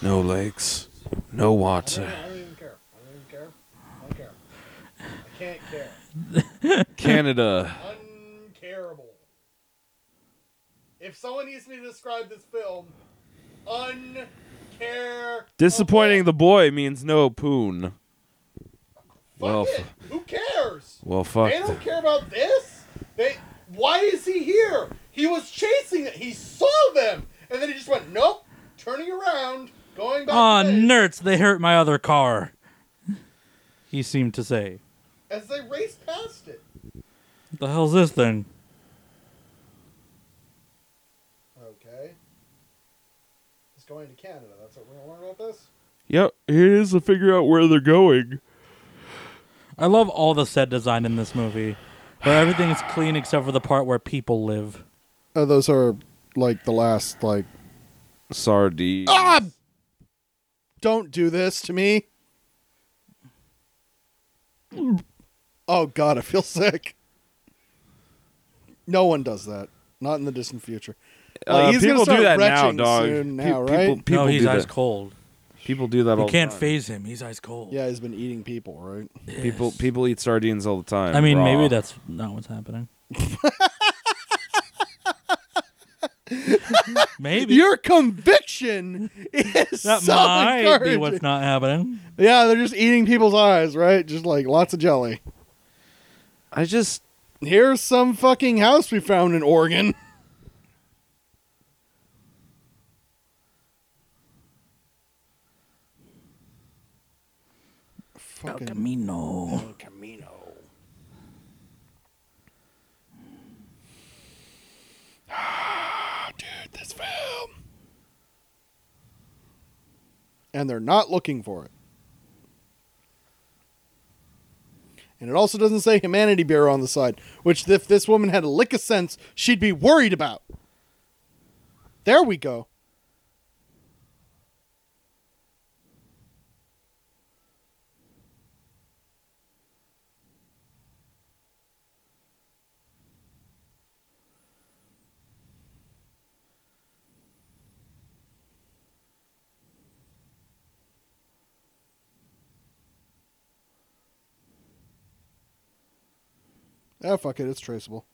No lakes, no water.
I don't even care. I don't even care. I don't care. I can't care.
Canada.
Uncareable. If someone needs me to describe this film, uncare.
Disappointing the boy means no poon. Well,
Fuck it.
f-
Who cares?
well, fuck.
They don't care about this. They. Why is he here? He was chasing it. He saw them, and then he just went nope, turning around, going back.
Aw,
to base,
nerds, they hurt my other car. He seemed to say.
As they raced past it.
What the hell's this thing?
Okay. It's going to Canada. That's what we're gonna learn about this.
Yep, it is to figure out where they're going.
I love all the set design in this movie. Where everything is clean except for the part where people live.
Oh, those are like the last like.
Sardine. Uh,
Ah! Don't do this to me. Oh god, I feel sick. No one does that. Not in the distant future. Like,
Uh,
he's gonna
people
start
do that now,
retching
dog.
soon
Pe-
now, right?
People, people
no, he's
do
ice
that.
cold.
People do that all
You
the
can't
time.
phase him. He's ice cold.
Yeah, he's been eating people, right?
People people eat sardines all the time.
I mean,
raw.
maybe that's not what's happening. maybe
Your conviction is
that
so
might be
encouraging.
what's not happening.
Yeah, they're just eating people's eyes, right? Just like lots of jelly.
I just
Here's some fucking house we found in Oregon. Fucking
Camino.
Camino. Ah, Dude, this film. And they're not looking for it. And it also doesn't say Humanity Bureau on the side, which if this woman had a lick of sense, she'd be worried about. There we go. Ah, fuck it. It's traceable.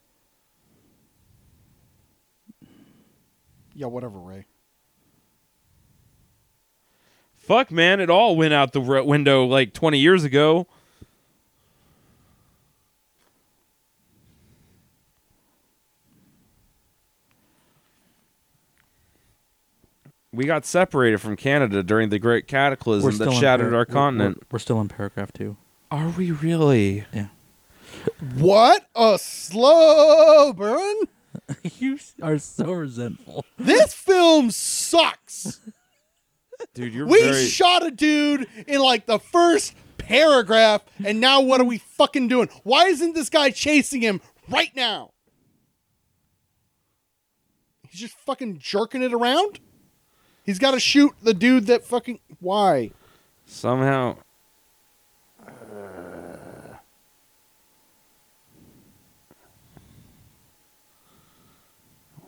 Yeah, whatever, Ray.
Fuck, man, it all went out the re- window like 20 years ago. We got separated from Canada during the Great Cataclysm
We're
that
in
shattered
par-
our
we're-
continent.
We're, we're still in paragraph two.
Are we really?
Yeah.
What a slow burn!
you are so resentful.
This film sucks.
Dude, you're
We
very
shot a dude in like the first paragraph, and now what are we fucking doing? Why isn't this guy chasing him right now? He's just fucking jerking it around. He's got to shoot the dude that fucking. Why?
somehow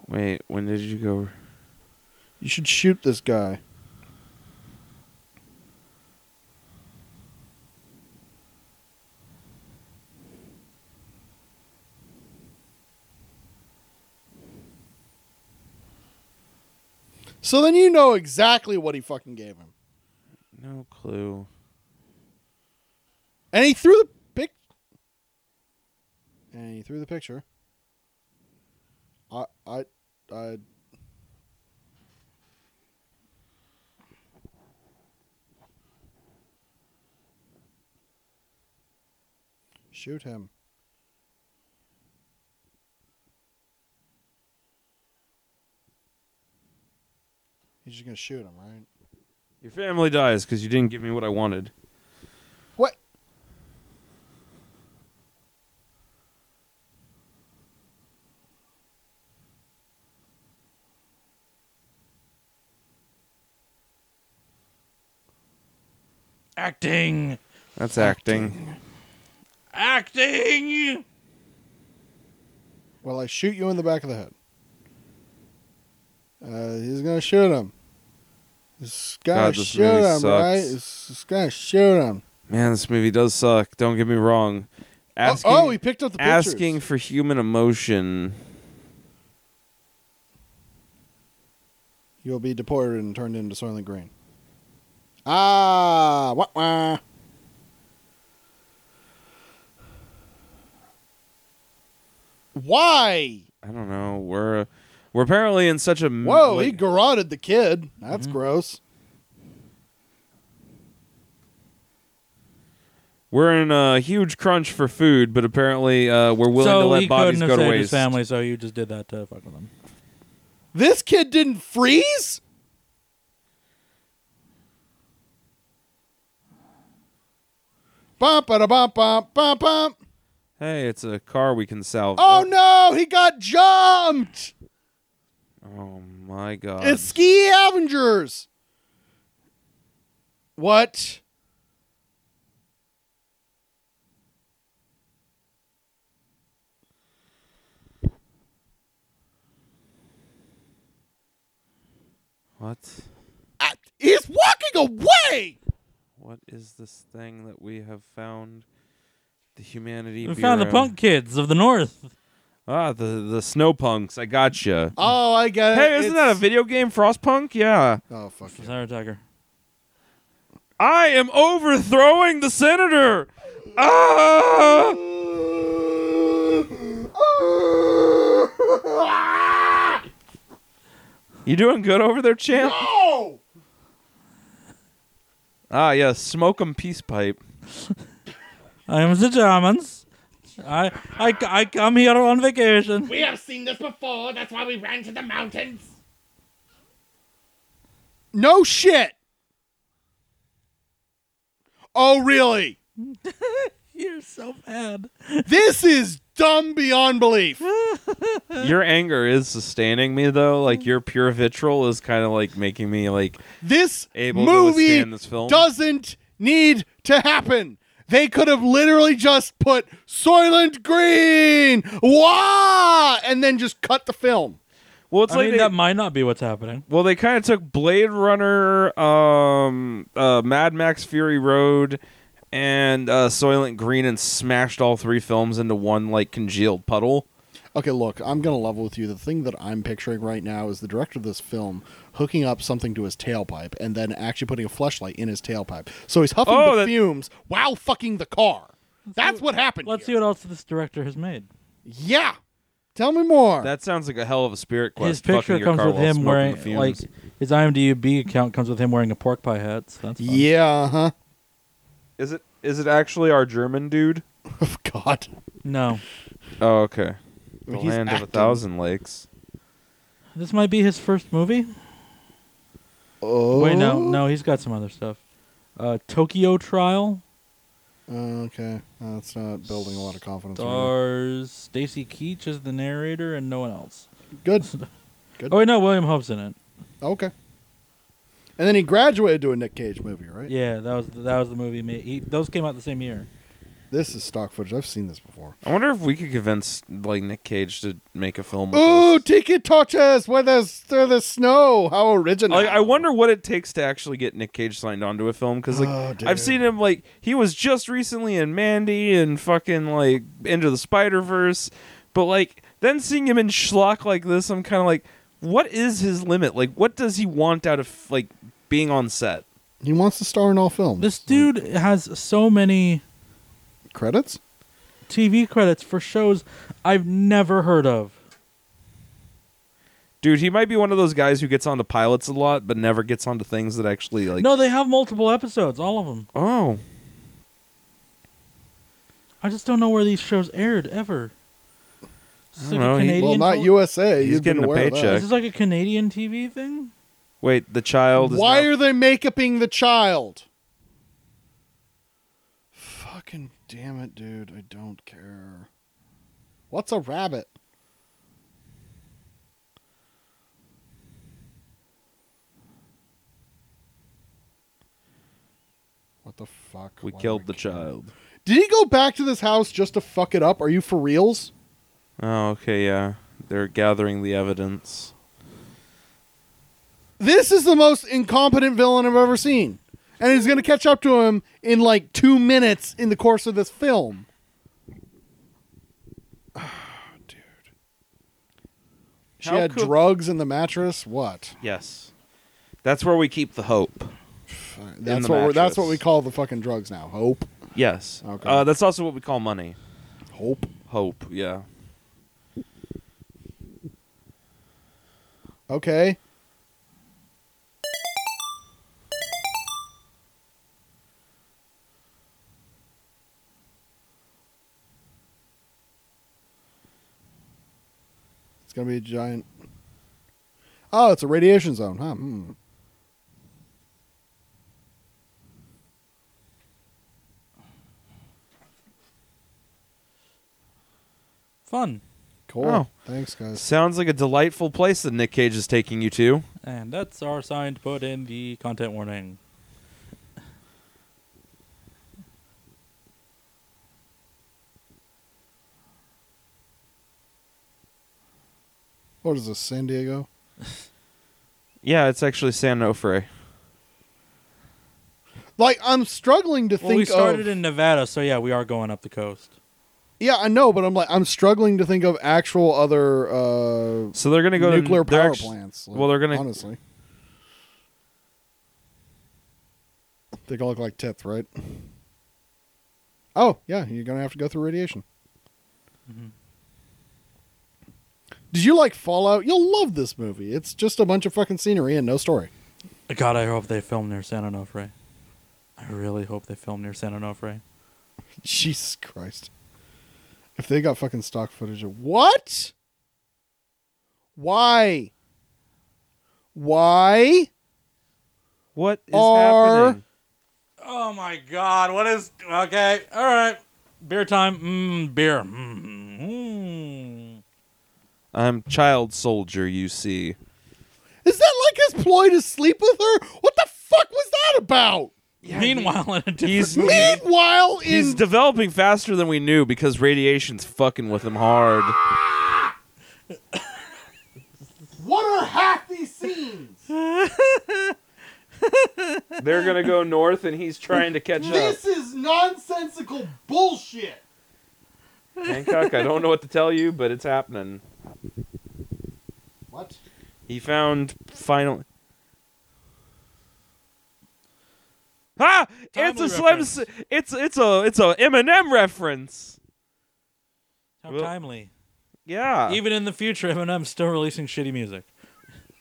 Wait, when did you go?
You should shoot this guy. So then you know exactly what he fucking gave him.
No clue.
And he threw the pic. And he threw the picture. I I I Shoot him. He's just gonna shoot him, right?
Your family dies because you didn't give me what I wanted.
What?
Acting.
Ah,
That's acting.
Acting.
Well, I shoot you in the back of the head. Uh, he's gonna shoot him. This guy
God, this
shoot
movie
him,
sucks.
right? This, this guy shoot him.
Man, this movie does suck. Don't get me wrong. Asking,
oh, oh, he picked up the pictures.
asking for human emotion.
You'll be deported and turned into Soylent Green. Ah, wah, wah. Why?
I don't know. We're we're apparently in such a m-
Whoa, he
Mm, like- Mm-hmm.
garroted the kid. That's gross.
we're in a huge crunch for food, but apparently uh, we're willing
so
to
he
let bodies
couldn't
go
have
to
saved
waste.
his family, so you just did that to fuck with him.
This kid didn't freeze? Bump, ba bump, bump, bump, bump.
Hey, it's a car we can salvage.
Oh no, he got jumped.
Oh my god!
It's Ski Avengers. What?
what?
Ah, He's walking away.
What is this thing that we have found? The humanity.
We found the
Bureau.
punk kids of the north.
Ah, the the snow punks. I gotcha.
Oh, I got it.
Hey, isn't that a
It's-
video game, Frostpunk? Yeah.
Oh, fuck. you.
Sarah Tucker.
I am overthrowing the senator. Ah! You doing good over there, champ?
No!
Ah, yeah, smoke 'em peace pipe.
I am the Germans. I, I, I come here on vacation.
We have seen this before. That's why we ran to the mountains.
No shit. Oh, really?
You're so bad.
This is dumb beyond belief.
Your anger is sustaining me though. Like your pure vitriol is kind of like making me like
This
Able to
movie
withstand this film?
doesn't need to happen. They could have literally just put Soylent Green, wah, and then just cut the film.
well, it's
I
like
mean,
they,
that might not be what's happening.
well, they kind of took Blade Runner, um, uh, Mad Max Fury Road, and uh, Soylent Green and smashed all three films into one like congealed puddle.
Okay, look, I'm gonna level with you. The thing that I'm picturing right now is the director of this film hooking up something to his tailpipe and then actually putting a flashlight in his tailpipe. So he's huffing
Oh,
the
that-
fumes while fucking the car. That's what happened.
Let's see
here.
what else this director has made.
Yeah. Tell me more.
That sounds like a hell of a spirit quest.
His picture
fucking your
comes
car
with
while
him
smoking
wearing
the fumes.
like his IMDb account comes with him wearing a pork pie hat. So that's fun.
yeah, uh-huh. huh?
Is it is it actually our German dude?
Oh, God.
No,
Oh, okay. The
He's
land of a
acting.
thousand lakes.
this might be his first movie.
Oh.
Wait, no, no, he's got some other stuff. Uh, Tokyo Trial
Uh, okay, that's not building a lot of confidence. right now.
stars Stacy Keach as the narrator and no one else.
Good.
Oh wait, no, William Hope's in it.
Okay. And then he graduated to a Nick Cage movie, right?
Yeah, that was that was the movie. ma- He, those came out the same year.
This is stock footage. I've seen this before.
I wonder if we could convince like Nick Cage to make a film. With
Ooh,
us.
Tiki Torches! Where there's through the snow. How original.
Like, I wonder what it takes to actually get Nick Cage signed onto a film because like
Oh, dude.
I've seen him like he was just recently in Mandy and fucking like Into the Spider Verse, but like then seeing him in schlock like this, I'm kind of like, what is his limit? Like, what does he want out of like being on set?
He wants to star in all films.
This dude has so many
Credits?
TV credits for shows I've never heard of.
Dude, he might be one of those guys who gets onto pilots a lot, but never gets onto things that actually like.
No, they have multiple episodes, all of them.
Oh,
I just don't know where these shows aired ever. This is
I don't
like a
know, he-
Canadian
Well, not
tel-
USA.
He's
You've been
getting a
aware of that.
paycheck.
This is like a Canadian TV thing.
wait, the child. Is
Why
now-
are they make upping the child? Fucking damn it, dude. I don't care. What's a rabbit? What the fuck?
we
Why
killed
do
the
I care?
child?
Did he go back to this house just to fuck it up? Are you for reals?
Oh, okay, yeah. They're gathering the evidence.
This is the most incompetent villain I've ever seen. And he's going to catch up to him in like two minutes in the course of this film. Ah, Dude. She
How
had
could-
drugs in the mattress. What?
Yes, that's where we keep the hope.
That's
the
what we're, that's
mattress.
what we call the fucking drugs now. Hope.
Yes.
Okay.
Uh, that's also what we call money.
Hope.
Hope. Yeah.
Okay. It's gonna be a giant. Oh, it's a radiation zone, huh? Hmm.
Fun.
Cool.
Oh.
Thanks, guys.
Sounds like a delightful place that Nick Cage is taking you to.
And that's our sign to put in the content warning.
What is this, San Diego?
Yeah, it's actually San Onofre.
Like, I'm struggling to
Well,
think
we started
of.
in Nevada, so yeah, we are going up the coast.
yeah, I know, but I'm like, I'm struggling to think of actual other uh,
So they're gonna go
nuclear
to, they're
power
actu-
plants.
well, they're gonna-
honestly. They all look like tits, right? Oh yeah, you're gonna have to go through radiation. Did you like Fallout? You'll love this movie. It's just a bunch of fucking scenery and no story.
God, I hope they film near San Onofre. I really hope they film near San Onofre.
Jesus Christ! If they got fucking stock footage of what? Why? Why?
What is
Are-
happening?
Oh my God! What is okay? All right, beer time. Mmm, beer. Mmm. Mm.
I'm child soldier. You see.
Is that like his ploy to sleep with her? What the fuck was that about?
Meanwhile, in a different
He's
movie.
Meanwhile,
He's
in
developing faster than we knew because radiation's fucking with him hard.
what are half these scenes?
They're gonna go north, and he's trying to catch up.
This is nonsensical bullshit.
Hancock, I don't know what to tell you, but it's happening.
What?
He found final. Ah, it's
Timely
a Slim.
reference.
S- It's it's a it's a Eminem reference.
How
Well-
timely.
Yeah,
Even in the future, Eminem's still releasing shitty music.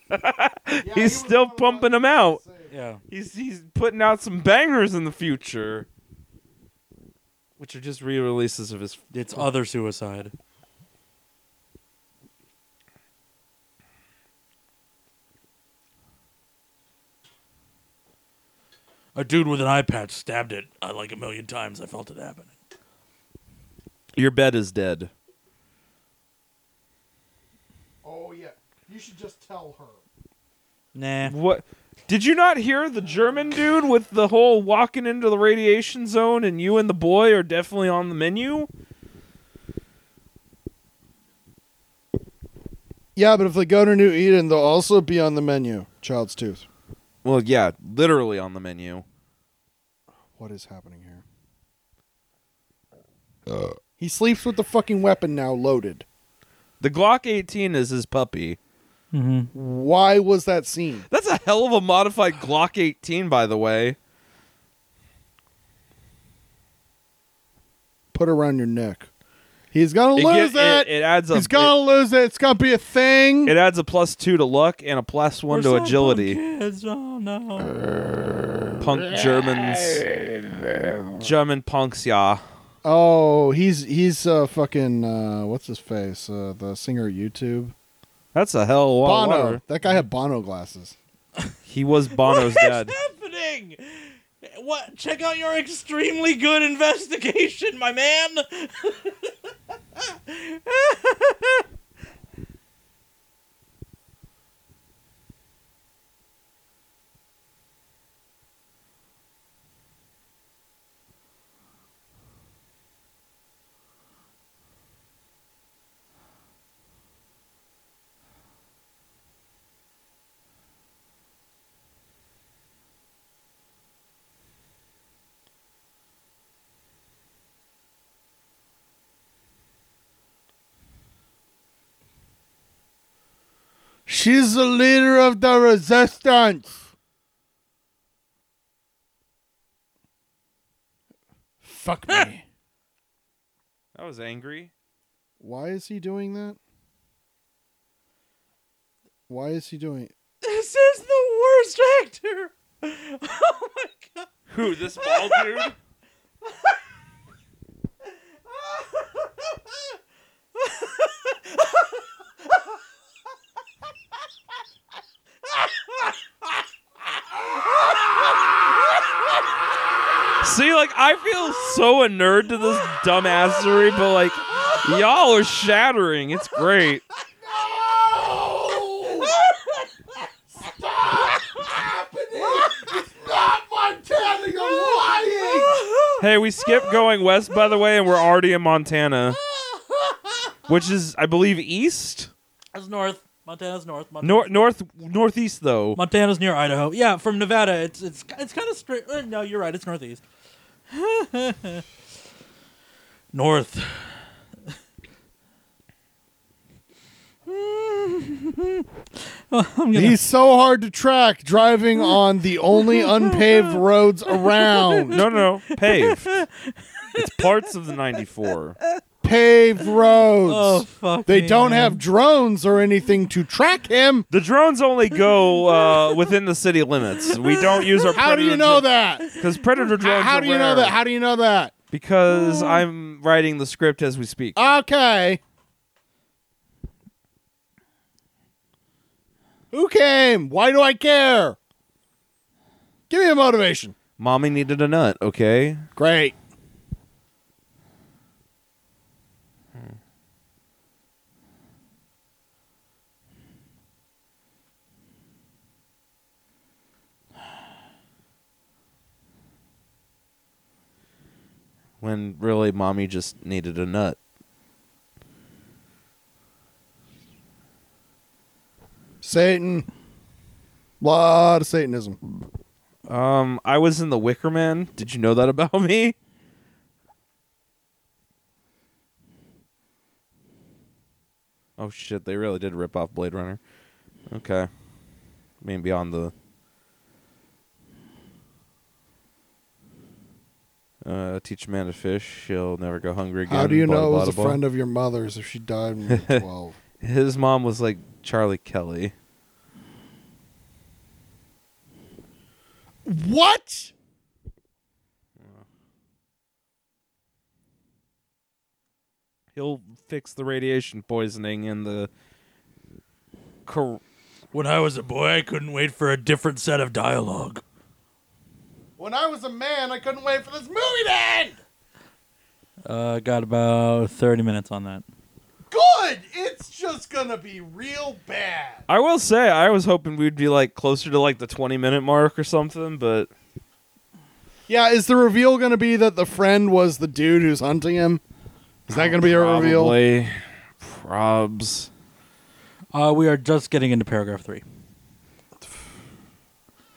Yeah,
he's still pumping them out.
Yeah.
He's he's putting out some bangers in the future, which are just re-releases of his.
It's other suicide. A dude with an eye patch stabbed it uh, like a million times. I felt it happening.
Your bed is dead.
Oh yeah. You should just tell her.
Nah.
What? Did you not hear the German dude with the whole walking into the radiation zone and you and the boy are definitely on the menu?
Yeah, but if they go to New Eden, they'll also be on the menu. Child's Tooth.
Well, yeah, literally on the menu.
What is happening here?
Uh.
He sleeps with the fucking weapon now loaded.
The Glock 18 is his puppy.
Mm-hmm.
Why was that scene?
That's a hell of a modified Glock 18, by the way.
Put around your neck. He's gonna
It,
lose
gi-
it.
it, it adds a
He's gonna lose it. It's gonna be a thing.
it, it adds a plus two to luck and a plus one to agility.
Kids. Oh no.
Punk Germans, German punks, yeah.
oh, he's he's uh fucking uh what's his face? Uh the singer at YouTube.
That's a hell of a lot of
Bono.
water.
That guy had Bono glasses.
He was Bono's dad.
happening? What? Check out your extremely good investigation, my man.
She's the leader of the resistance. Fuck me.
That was angry.
Why is he doing that? Why is he doing it?
This is the worst actor. Oh my god.
Who, this bald dude? See, like, I feel so a nerd to this dumbassery, but, like, y'all are shattering. It's great. Hey, we skipped going west, by the way, and we're already in Montana, which is, I believe, east?
That's north. Montana's north. Montana's,
North, north, northeast, though.
Montana's near Idaho. Yeah, from Nevada. It's it's it's kind of straight. uh, No, you're right. It's northeast. north. I'm gonna-
He's so hard to track driving on the only unpaved roads around.
No, no, no, paved. It's parts of the 94.
Paved roads.
oh fuck.
they
me,
don't
man.
have drones or anything to track him.
The drones only go uh, within the city limits. We don't use our
How do you know that?
Because predator drones
How
are
do you know
rare.
that? How Oh. do you know that?
Because I'm writing the script as we
Uh,
speak.
Okay. Who came? Why do I care? Give me a motivation.
Mommy needed a nut, okay?
Great.
When really, mommy just needed a nut.
Satan. Lot of Satanism.
Um, I was in The Wicker Man. Did you know that about me? Oh shit! They really did rip off Blade Runner. Okay, I mean beyond the. Uh, teach a man to fish; he'll never go hungry again.
How do you
blah,
know it
blah,
was a
blah, blah.
friend of your mother's if she died when you were 12?
His mom was like Charlie Kelly.
what?
He'll fix the radiation poisoning and the. Cor-
When I was a boy, I couldn't wait for a different set of dialogue.
When I was a man, I couldn't wait for this movie to end.
Uh, got about 30 minutes on that.
Good. It's just gonna be real bad.
I will say I was hoping we'd be like closer to like the twenty minute mark or something, but
Yeah, is the reveal gonna be that the friend was the dude who's hunting him? Is that gonna be a reveal?
probably probs.
Uh, we are just getting into paragraph three.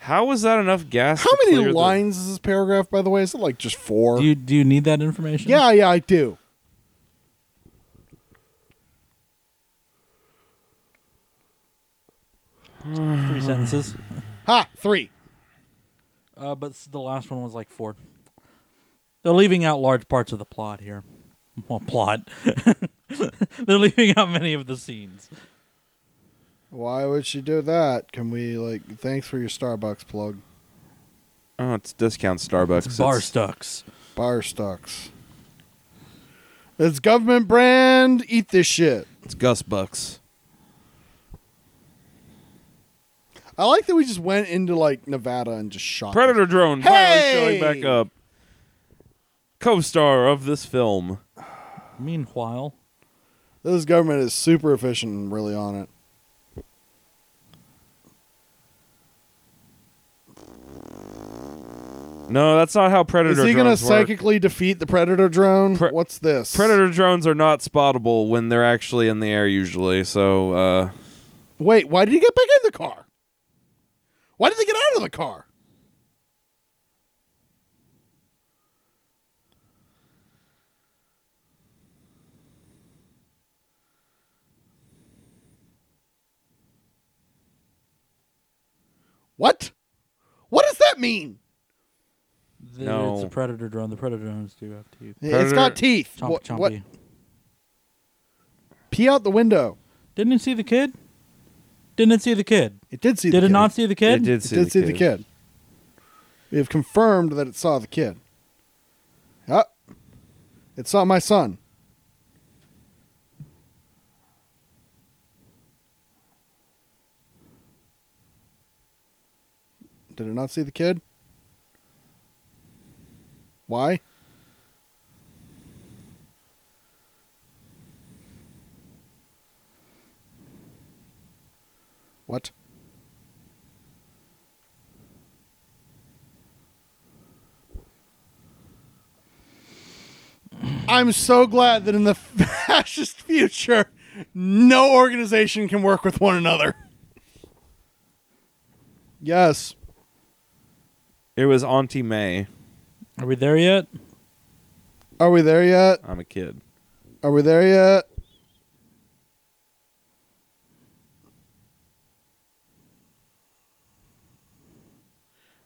How was that enough gas?
How
to
many
clear the-
lines is this paragraph, by the way? Is it like just four?
Do you do you need that information?
yeah, yeah, I do.
three sentences.
Ha, three.
Uh, but s- the last one was like four. They're leaving out large parts of the plot here. Well, plot. They're leaving out many of the scenes.
Why would she do that? Can we like? Thanks for your Starbucks plug.
Oh, it's discount Starbucks.
It's bar
It's-
stucks.
Bar stocks. It's government brand. Eat this shit.
It's Gus Bucks.
I like that we just went into like Nevada and just shot. them.
Predator drone
Hey!
finally showing back up. Co-star of this film.
Meanwhile,
This government is super efficient and really on it.
No, that's not how Predator
Is he going to
drones work.
psychically defeat the predator drone?
Pre-
What's this?
Predator drones are not spottable when they're actually in the air usually. So uh,
Wait, why did he get back in the car? Why did they get out of the car? What? What does that mean?
th-
No.
it's a predator drone. The predator drones do have to
It's
Predator-
got teeth.
chompy
what,
chompy.
what? Pee out the window.
Didn't it see the kid? Didn't it see the kid?
It did see.
Did
the
it
kid.
not see the
they
kid?
did
It
see,
did
the,
see
kid.
the kid. We have confirmed that it saw the kid. Ah, it saw my son. Did it not see the kid? Why? What? I'm so glad that in the fascist future, no organization can work with one another. Yes.
It was Auntie May.
Are we there yet?
Are we there yet?
I'm a kid.
Are we there yet?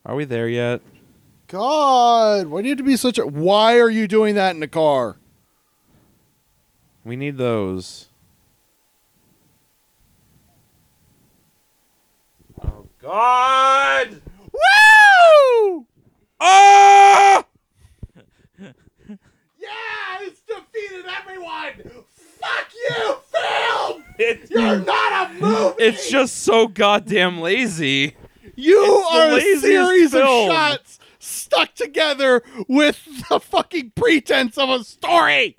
Are we there yet?
God, why do you have to be such a. Why are you doing that in the car?
We need those. Oh God!
Woo!
Ah!
Yeah, it's defeated everyone! Fuck you, film! You're not a movie!
It's just so goddamn lazy.
You
It's the
are a
laziest
series
film.
of shots stuck together with the fucking pretense of a story.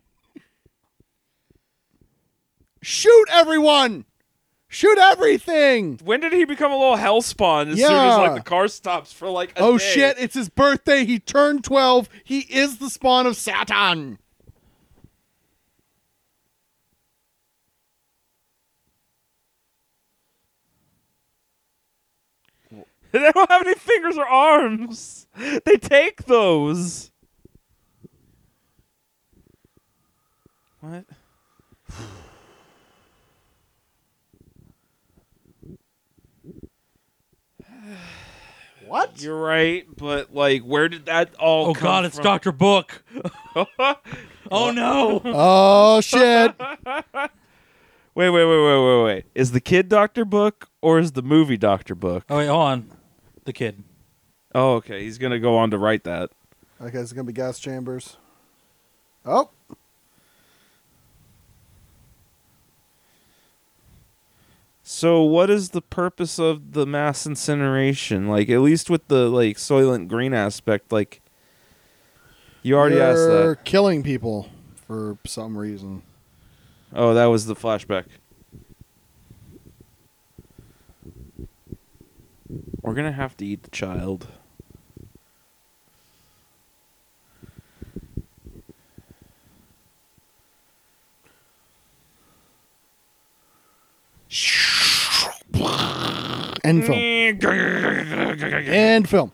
Shoot everyone. Shoot everything.
When did he become a little hellspawn? As soon
Yeah.
as like the car stops for like. A
Oh
day?
shit, it's his birthday. He turned 12. He is the spawn of Satan.
They don't have any fingers or arms. They take those. What?
What?
You're right, but like, where did that all?
Oh
come
God, it's
from?
Doctor Book. Oh no.
Oh shit!
Wait, wait, wait, wait, wait, wait. Is the kid Doctor Book or is the movie Doctor Book?
Oh wait, hold on. The kid.
Oh, okay. He's gonna go on to write that.
okay, it's gonna be gas chambers. Oh,
So, what is the purpose of the mass incineration? Like, at least with the like Soylent Green aspect, like you already asked
They're
that.
Killing people for some reason.
Oh, that was the flashback. We're gonna have to eat the child.
End film. End film.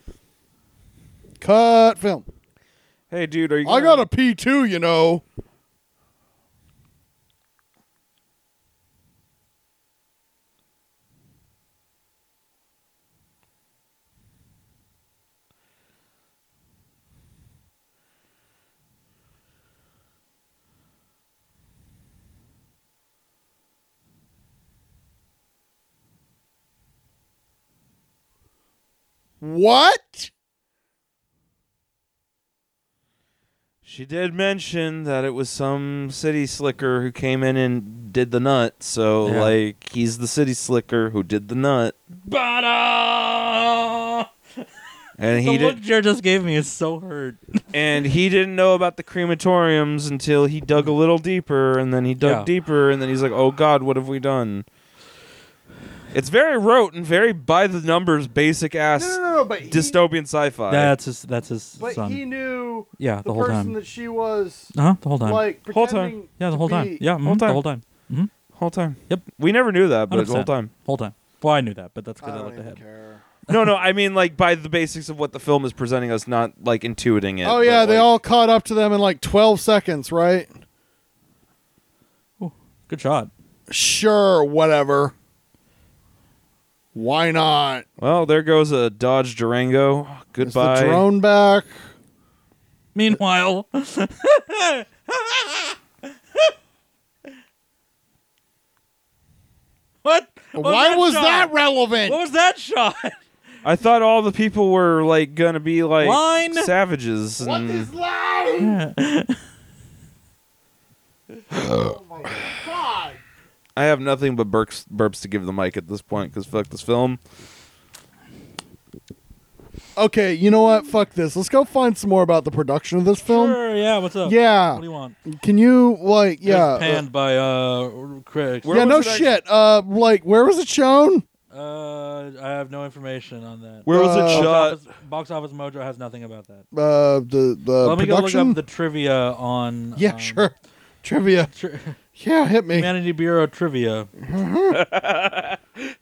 Cut film.
Hey, dude, are you?
I
gonna-
got a P two, you know. What?
She did mention that it was some city slicker who came in and did the nut. So,
Yeah.
like, he's the city slicker who did the nut,
Bada!
and
The
he
look
did,
Jer just gave me is so hurt.
and he didn't know about the crematoriums until he dug a little deeper, and then he dug
Yeah.
deeper, and then he's like, "Oh God, what have we done?" It's very rote and very by the numbers, basic ass
no, but
dystopian sci-fi.
That's his. That's his
But
son.
he knew
yeah,
the,
the, whole
person
time.
that she was
Uh huh. The whole time.
like
Whole time.
pretending.
yeah, the
to
whole time.
be-
Yeah, mhm,
time.
the whole time.
whole time.
Yep.
we never knew that, but the
100%.
whole time.
Whole time. Well, I knew that, but that's
I
because I,
don't
looked
even
ahead.
care.
No, no, I mean like by the basics of what the film is presenting us, not like intuiting it.
Oh yeah,
but,
they
like-
all caught up to them in like twelve seconds, right?
Good shot.
Sure, whatever. Why not?
Well, there goes a Dodge Durango.
Is the
Goodbye.
drone back?
Meanwhile, what? What
Why was
shot?
that relevant?
What was that shot?
I thought all the people were like gonna be like
Line.
savages.
What
And
is life? Oh my god.
I have nothing but burps, burps to give the mic at this point because fuck this film.
okay, you know what? Fuck this. Let's go find some more about the production of this film.
Sure, yeah. What's up?
Yeah.
What do you want?
Can you like
It was
yeah?
panned by uh critics.
uh,
Where
yeah, no
was it act-
shit. Uh, like where was it shown?
Uh, I have no information on that.
Where was
Uh,
it shot?
Box office, Box Office Mojo has nothing about that.
Uh, the the
Let me
production.
go look up the trivia on.
yeah,
um,
sure. Trivia.
tri-
Yeah, hit me.
Humanity Bureau trivia.
Oh,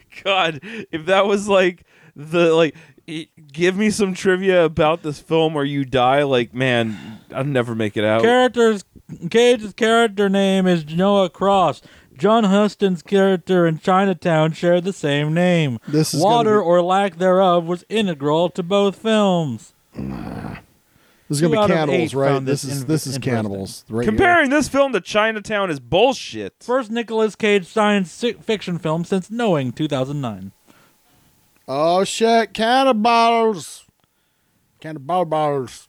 God, if that was like the like, i- give me some trivia about this film or you die. Like, man, I'll never make it out.
Characters. Cage's character name is Noah Cross. John Huston's character in Chinatown shared the same name.
This is gonna
Water
be-
or lack thereof was integral to both films.
This is gonna
Two
be
out of
cannibals,
eight
right?
found
This
this
is
in-
this is
interesting.
cannibals. Right here.
Comparing this film to Chinatown is bullshit.
First Nicolas Cage science si- fiction film since Knowing 2009.
Oh shit! Cannibals. Cannibals.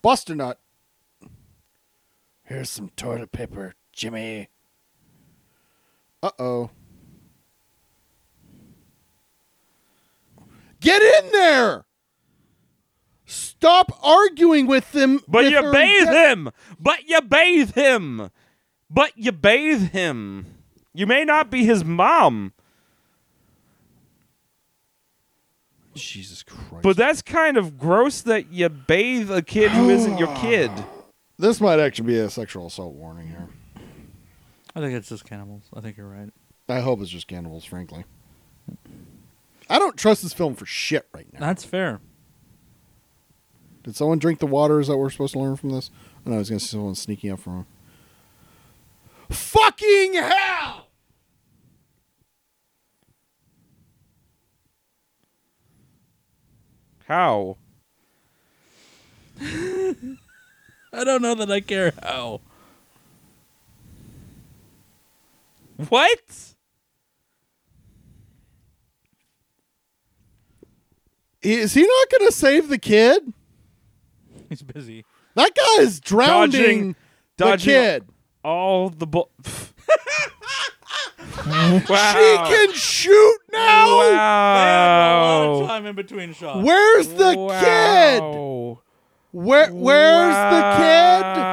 Buster nut. Here's some toilet paper, Jimmy. Uh oh. Get in there! Stop arguing with them.
But
with
you
her
bathe
death.
him. But you bathe him. But you bathe him. You may not be his mom,
Jesus Christ!
but that's kind of gross that you bathe a kid who isn't your kid.
this might actually be a sexual assault warning here.
I think it's just cannibals. I think you're right.
I hope it's just cannibals, frankly. I don't trust this film for shit right now.
That's fair.
Did someone drink the water? Is that what we're supposed to learn from this? I know I was going to see someone sneaking up from him. Fucking hell!
How?
I don't know that I care how.
What?
Is he not going to save the kid?
He's busy.
That guy is drowning
Dodging-
the
dodging-
kid.
All the bull.
She can shoot now.
A lot of
Wow.
time in between shots.
Where's the kid? Where? Where's the
Wow.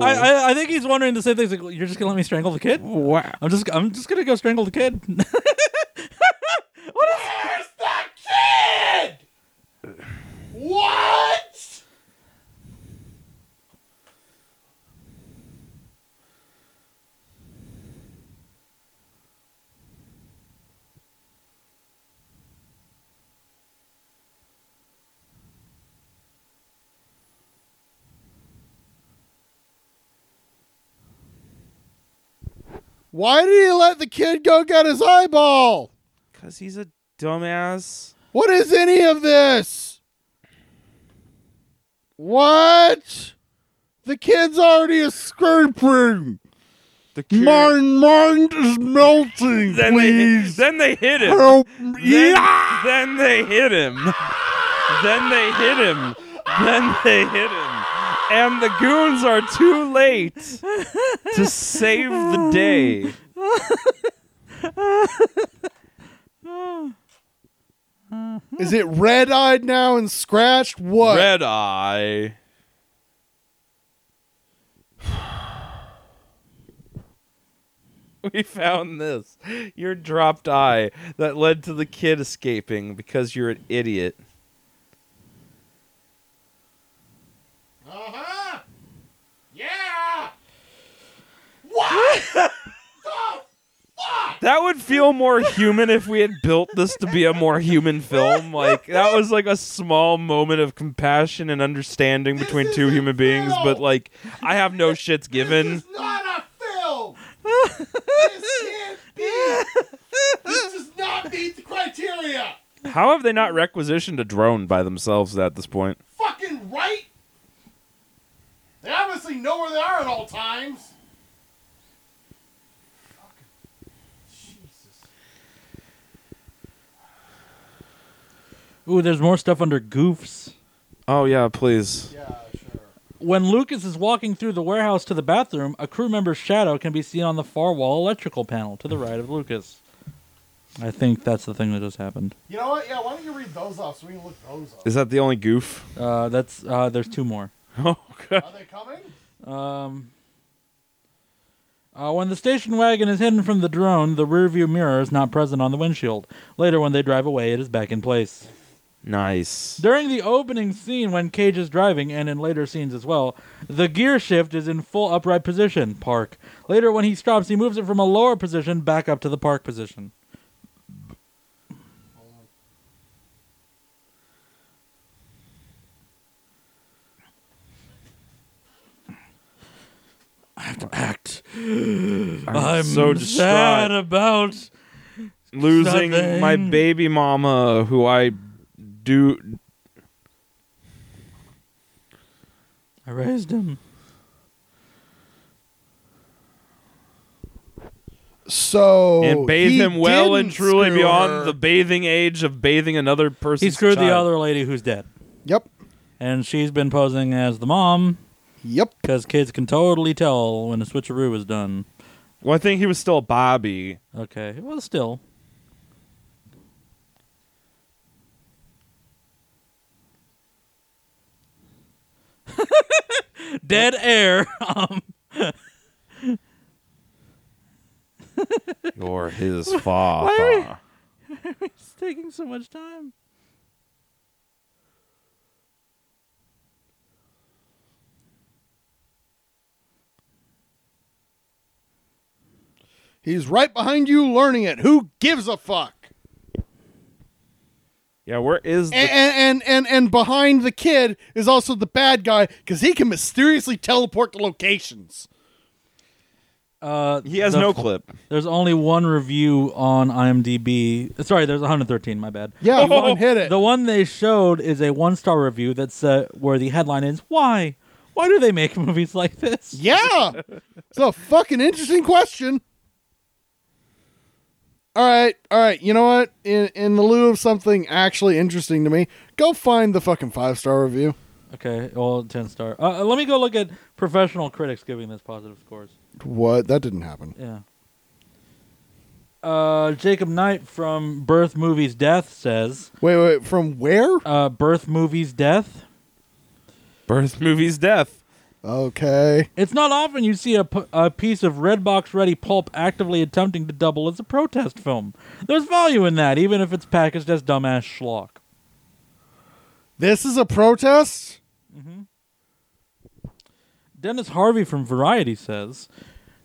I, I I think he's wondering the same thing. He's like, you're just gonna let me strangle the kid?
wow.
I'm just I'm just gonna go strangle the kid.
Where's the kid? What?
kid? Why did he let the kid go get his eyeball?
Because he's a dumbass.
What is any of this? What? The kid's already escaping.
The kid.
My mind is melting.
then they,
please
then they hit him.
help
Then,
me.
then they hit him. Then they hit him. Then they hit him. And the goons are too late to save the day.
Is it red-eyed now and scratched? What?
Red Eye. We found this. Your dropped eye that led to the kid escaping because you're an idiot.
Uh-huh. Yeah. What?
That would feel more human if we had built this to be a more human film. Like that was like a small moment of compassion and understanding between two human beings, but like I have no shits given.
This is not a film. this can't be. This does not meet the criteria.
How have they not requisitioned a drone by themselves at this point?
Fucking right. They obviously know where they are at all times. Fucking- Jesus.
Ooh, there's more stuff under goofs.
Oh yeah, please.
Yeah, sure.
When Lucas is walking through the warehouse to the bathroom, a crew member's shadow can be seen on the far wall electrical panel to the right of Lucas. I think that's the thing that just happened.
You know what? Yeah, why don't you read those off so we can look those up?
Is that the only goof?
Uh, that's uh, there's two more.
Oh god.
Are they coming?
Um, uh, when the station wagon is hidden from the drone, the rearview mirror is not present on the windshield. Later, when they drive away, it is back in place.
Nice.
During the opening scene when Cage is driving, and in later scenes as well, the gear shift is in full upright position, park. Later, when he stops, he moves it from a lower position back up to the park position. I have to act.
I'm,
I'm
so
sad
distraught.
about.
Losing my
Something.
baby mama who I do
I raised him.
So
and bathe
Oh, he
him well and
didn't
truly
screw
beyond
her.
the bathing age of bathing another person's
He screwed the
child.
other lady who's dead,
Yep.
and she's been posing as the mom.
Yep.
Because kids can totally tell when a switcheroo is done.
Well, I think he was still Bobby.
Okay, well, still. Dead air. Um,
You're his
Why
father.
it's taking so much time.
He's right behind you learning it. Who gives a fuck?
Yeah, where is the
And and and, and behind the kid is also the bad guy because he can mysteriously teleport to locations.
Uh,
He has
the-
no clip.
There's only one review on IMDb. Uh, Sorry, there's 113. My bad. Oh,
Yeah, one hit it.
The one they showed is a one-star review that's uh, where the headline is "Why? Why do they make movies like this?"
Yeah. It's a fucking interesting question. All right, all right. You know what? In in the lieu of something actually interesting to me, go find the fucking five star review.
Okay, well, 10 star. Uh, let me go look at professional critics giving this positive scores.
What? That didn't happen.
Yeah. Uh, Jacob Knight from Birth Movies Death says,
Wait, wait. From where?
uh, Birth Movies Death.
Birth, movies, death.
Okay.
It's not often you see a, p- a piece of Redbox ready pulp actively attempting to double as a protest film. There's value in that, even if it's packaged as dumbass schlock.
This is a protest.
Dennis Harvey from Variety says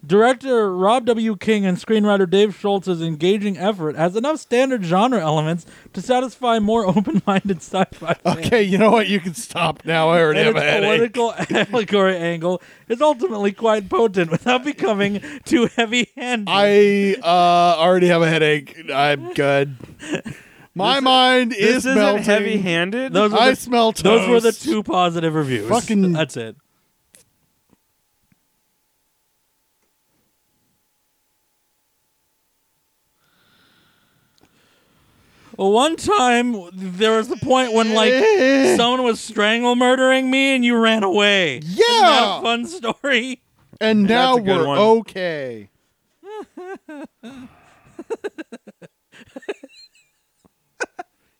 Director Rob W. King and screenwriter Dave Schultz's engaging effort has enough standard genre elements to satisfy more open minded sci fi.
Okay, you know what? You can stop now. I already
And
have a
its
headache.
political allegory angle is ultimately quite potent without becoming too heavy handed.
I uh, already have a headache. I'm good. My mind
This
is
isn't
melting.
heavy handed.
Those were
I
the-
smell toast.
Those were the two positive reviews.
Fucking-
That's it. Well, one time there was the point when like someone was strangle murdering me and you ran away. Isn't that
Yeah.
a fun story.
And now
That's a good
we're
one.
okay.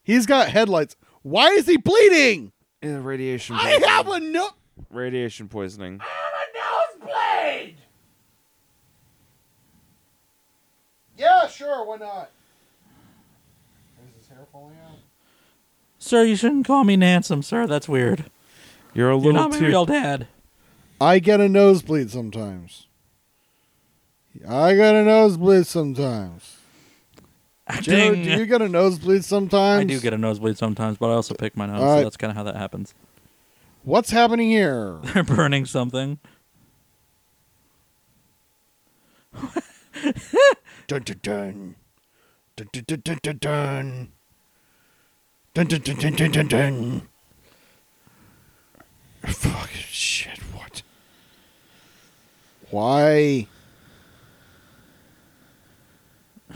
He's got headlights. Why is he bleeding?
Yeah, radiation.
I
poisoning.
have a no.
radiation poisoning.
Nosebleed!
Yeah, sure. Why not? Is his hair falling out?
Sir, you shouldn't call me Nansom, sir. That's weird.
You're a
You're
little
not my
too.
real dad.
I get a nosebleed sometimes. I get a nosebleed sometimes. Joe, do
Acting.
you get a nosebleed sometimes?
I do get a nosebleed sometimes, but I also pick my nose,
All right.
so that's kind of how that happens.
What's happening here?
They're burning something.
dun dun dun. Dun dun dun dun dun dun. Dun dun dun dun dun dun dun. Fuck shit, what? Why?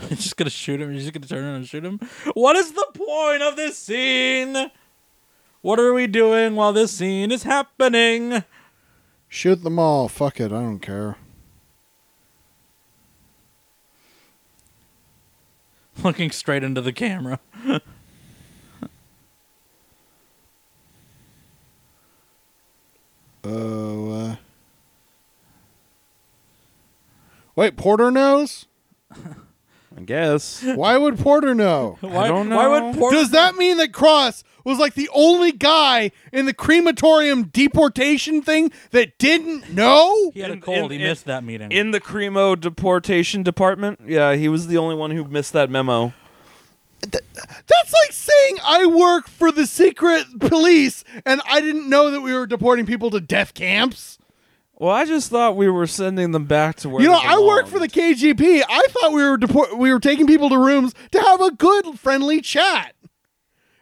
You're just gonna shoot him. You're just gonna turn around and shoot him. What is the point of this scene? What are we doing while this scene is happening?
Shoot them all. Fuck it, I don't care.
Looking straight into the camera.
Oh, uh. Wait, Porter knows?
I guess.
Why would Porter know?
Why,
don't
Why
know.
would Porter?
Does that mean that Cross was like the only guy in the crematorium deportation thing that didn't know?
he had a
In-
cold.
in-
he missed that meeting.
In the Cremo deportation department. Yeah, he was the only one who missed that memo.
That's like saying I work for the secret police and I didn't know that we were deporting people to death camps.
Well, I just thought we were sending them back to where
you know,
they
I work
belonged.
for the KGB. I thought we were deport- we were taking people to rooms to have a good friendly chat.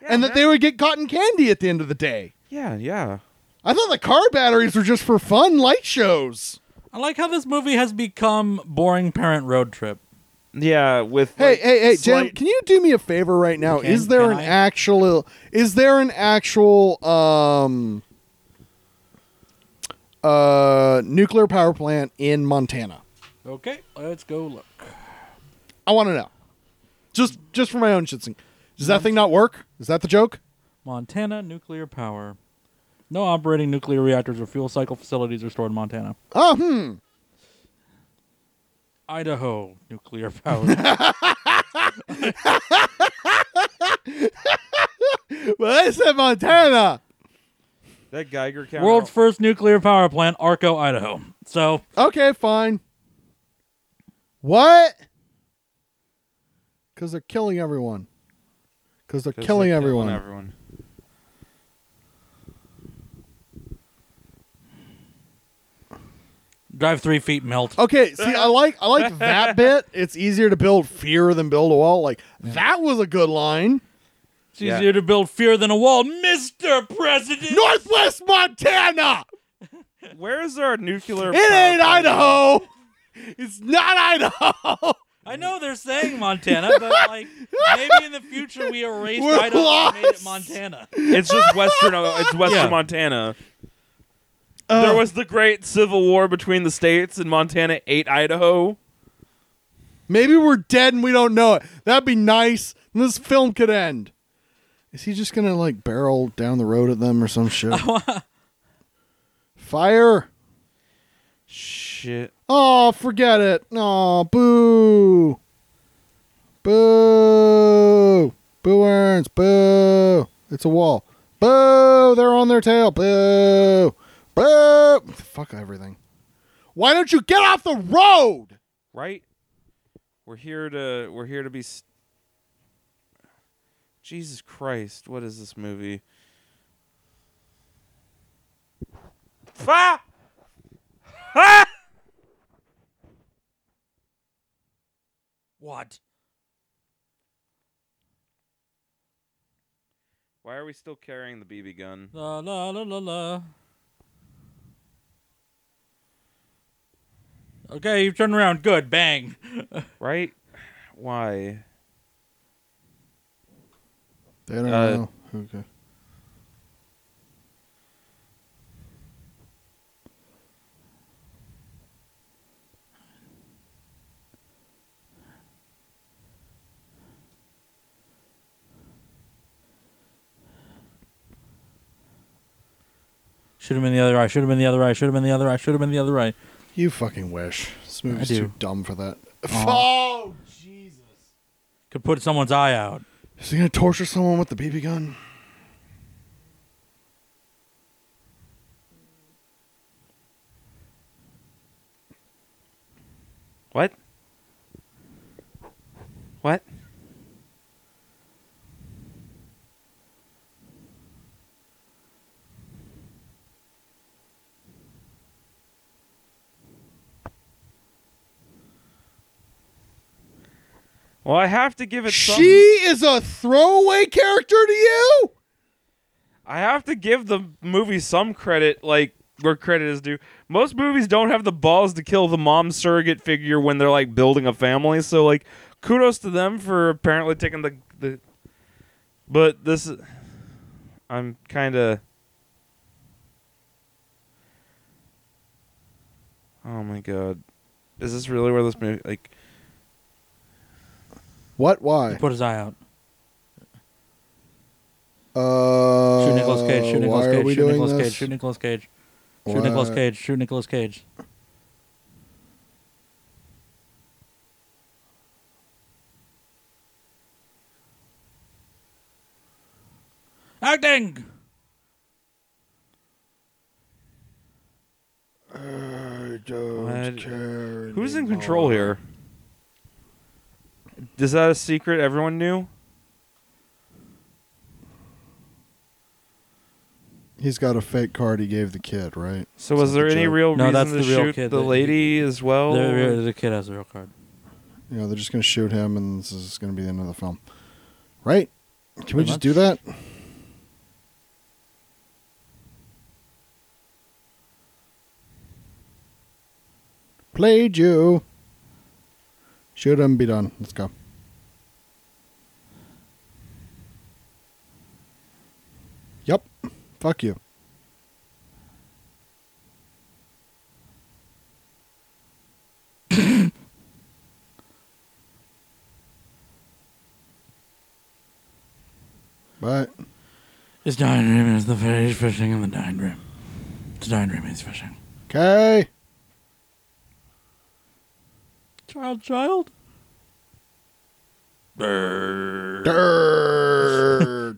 and that they would get cotton candy at the end of the day.
Yeah, yeah.
I thought the car batteries were just for fun light shows.
I like how this movie has become boring parent road trip.
Yeah, with
Hey,
like,
hey, hey, Jim,
slight-
can you do me a favor right now?
Can-
is there
can
an
I?
actual is there an actual um uh nuclear power plant in Montana?
Okay, let's go look.
I want to know. Just just for my own shits. Does that thing not work? Is that the joke?
Montana nuclear power. No operating nuclear reactors or fuel cycle facilities are stored in Montana.
Oh, hmm.
Idaho nuclear power.
Well, I said Montana.
that Geiger counter.
World's first nuclear power plant, Arco, Idaho. So
Okay, fine. What? Because they're killing everyone. Because they're
'Cause
killing
they're
everyone.
everyone.
Drive three feet, melt.
Okay, see, I like I like that bit. It's easier to build fear than build a wall. Like that was a good line.
It's
Yeah.
easier to build fear than a wall, Mister President.
Northwest Montana.
Where is our nuclear?
It
power
ain't
plant?
Idaho. It's not Idaho.
I know they're saying Montana, but like maybe in the future we erased
We're
Idaho and made it
lost.
Montana.
It's just western. uh, It's western
Yeah.
Montana.
Uh,
there was the great civil war between the states, and Montana ate Idaho.
Maybe we're dead and we don't know it. That'd be nice. And this film could end. Is he just gonna like barrel down the road at them or some shit? Fire.
Shit.
Oh, forget it. Oh, boo. Boo. Boo Earns. Boo. It's a wall. Boo. They're on their tail. Boo. Boo. Fuck everything. Why don't you get off the road?
Right. We're here to. We're here to be. s Jesus Christ! What is this movie? Ah! Ah!
What?
Why are we still carrying the BB gun?
La la la la la. Okay, you've turned around. Good. Bang.
Right? Why?
They don't
Uh,
know. Okay.
Should have been the other eye. Should have been the other eye. Should have been the other eye. Should have been the other eye.
You fucking wish. This movie's
I do.
too dumb for that.
Oh, Jesus.
Could put someone's eye out.
Is he gonna torture someone with the BB gun?
What? What? Well, I have to give it some.
She is a throwaway character to you?
I have to give the movie some credit, like where credit is due. Most movies don't have the balls to kill the mom surrogate figure when they're like building a family. So like, kudos to them for apparently taking the the. But this, is- I'm kind of. Oh my god, is this really where this movie like?
What?
Could
Why?
Put his eye out.
Uh,
Shoot Nicholas Cage. Shoot Nicolas
why are we
Cage. Shoot
doing
Nicolas
this?
Cage. Shoot Nicolas Cage. Shoot Nicolas
Why-
Cage. Shoot Nicolas Cage. Acting.
I don't
What?
care
Who's in
anymore.
control here? Is that a secret everyone knew?
He's got a fake card he gave the kid, right?
So was
Sounds
there
like a
any
joke.
real
No,
reason
that's
to
the real
shoot
kid
the
that-
lady as well?
The, the- the kid has a real card.
You know, they're just going to shoot him, and this is going to be the end of the film, right? Can
Pretty
we just
much.
do that? Played you. Shoot him. Be done. Let's go. Yep. Fuck you. But
His dying dream is the fish fishing in the dying dream. It's dying dream he's fishing.
okay.
Child, child.
Durr,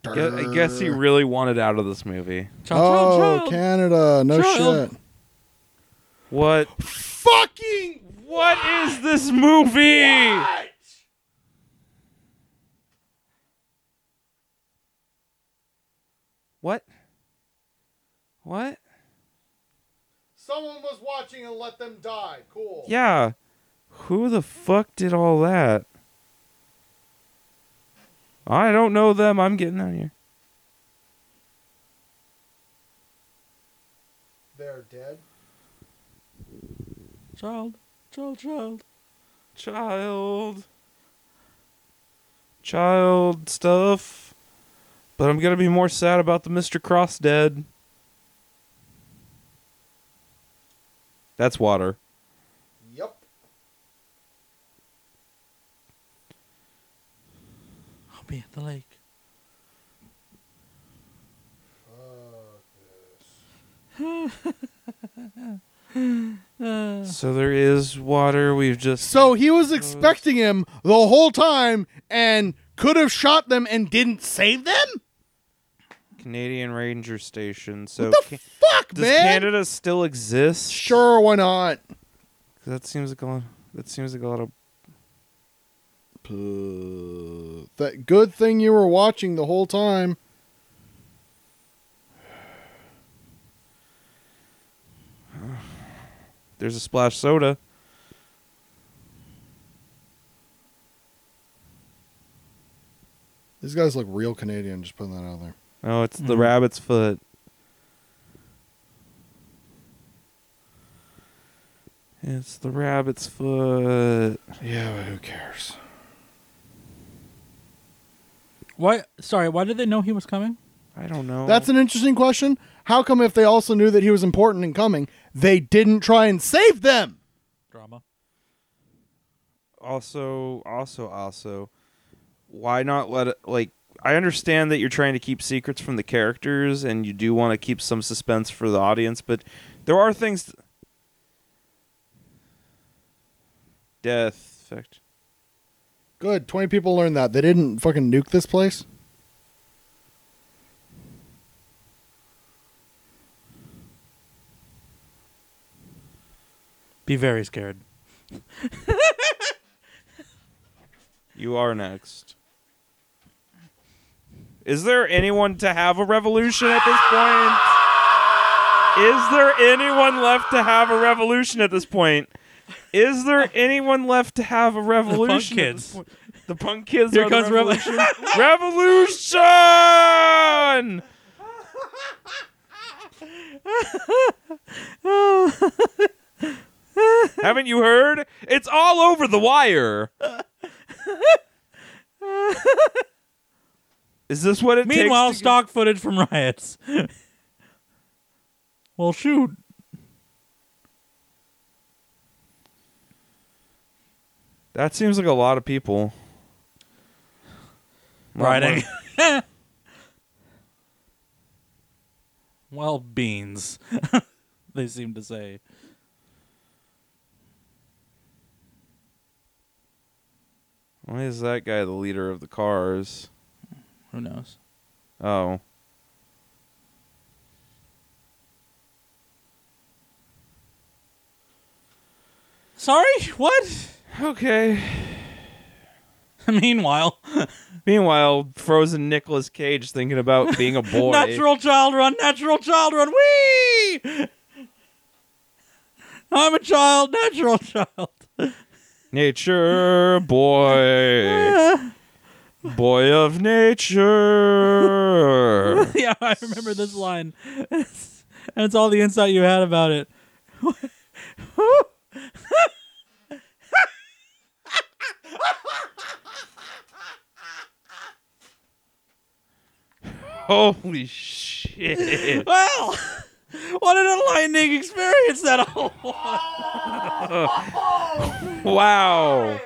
Gu- I guess he
durr.
really wanted out of this movie.
Child,
Oh,
child, child.
Canada. No
Child.
shit.
What?
Fucking
What is this movie? What? What?
Someone was watching and let them die. Cool.
Yeah. Who the fuck did all that? I don't know them. I'm getting out of here.
They're dead.
Child, child, child.
Child. Child stuff. But I'm going to be more sad about the Mr. Cross dead. That's water.
Yep.
I'll be at the lake.
So there is water. We've just.
Uh. So he was expecting him the whole time and could have shot them and didn't save them?
Canadian Ranger Station. So Ca-
Fuck,
does
man.
Canada still exist?
Sure, why not?
That seems like a lot. That seems like a lot of.
Puh. That good thing you were watching the whole time.
There's a splash soda.
These guys look real Canadian, just putting that out there.
Oh, it's the
Mhm.
rabbit's foot. It's the rabbit's foot.
Yeah, but who cares?
Why? Sorry, why did they know he was coming?
I don't know.
That's an interesting question. How come if they also knew that he was important and coming, they didn't try and save them?
Drama.
also also also. Why not let it like? I understand that you're trying to keep secrets from the characters, and you do want to keep some suspense for the audience, but there are things. Death effect.
Good, 20 people learned that. They didn't fucking nuke this place.
Be very scared.
You are next. Is there anyone to have a revolution at this point? Is there anyone left to have a revolution at this point? Is there anyone left to have a revolution? at this
kids.
point? The punk kids
Here
are the
comes revolution.
revolution. Haven't you heard? It's all over the wire. Is this what it
Meanwhile,
takes? to-
stock footage from riots. well, shoot.
that seems like a lot of people. Not
Rioting.
much.
well, beans. they seem to say.
Why is that guy the leader of the cars?
Who knows?
Oh.
Sorry? What?
Okay.
Meanwhile,
Meanwhile, frozen Nicolas Cage thinking about being a boy.
natural child run, natural child run, wee! I'm a child, natural child.
Nature boy. boy of nature.
yeah, I remember this line. and it's all the insight you had about it.
Holy shit.
Well, what an enlightening experience that all was.
Wow.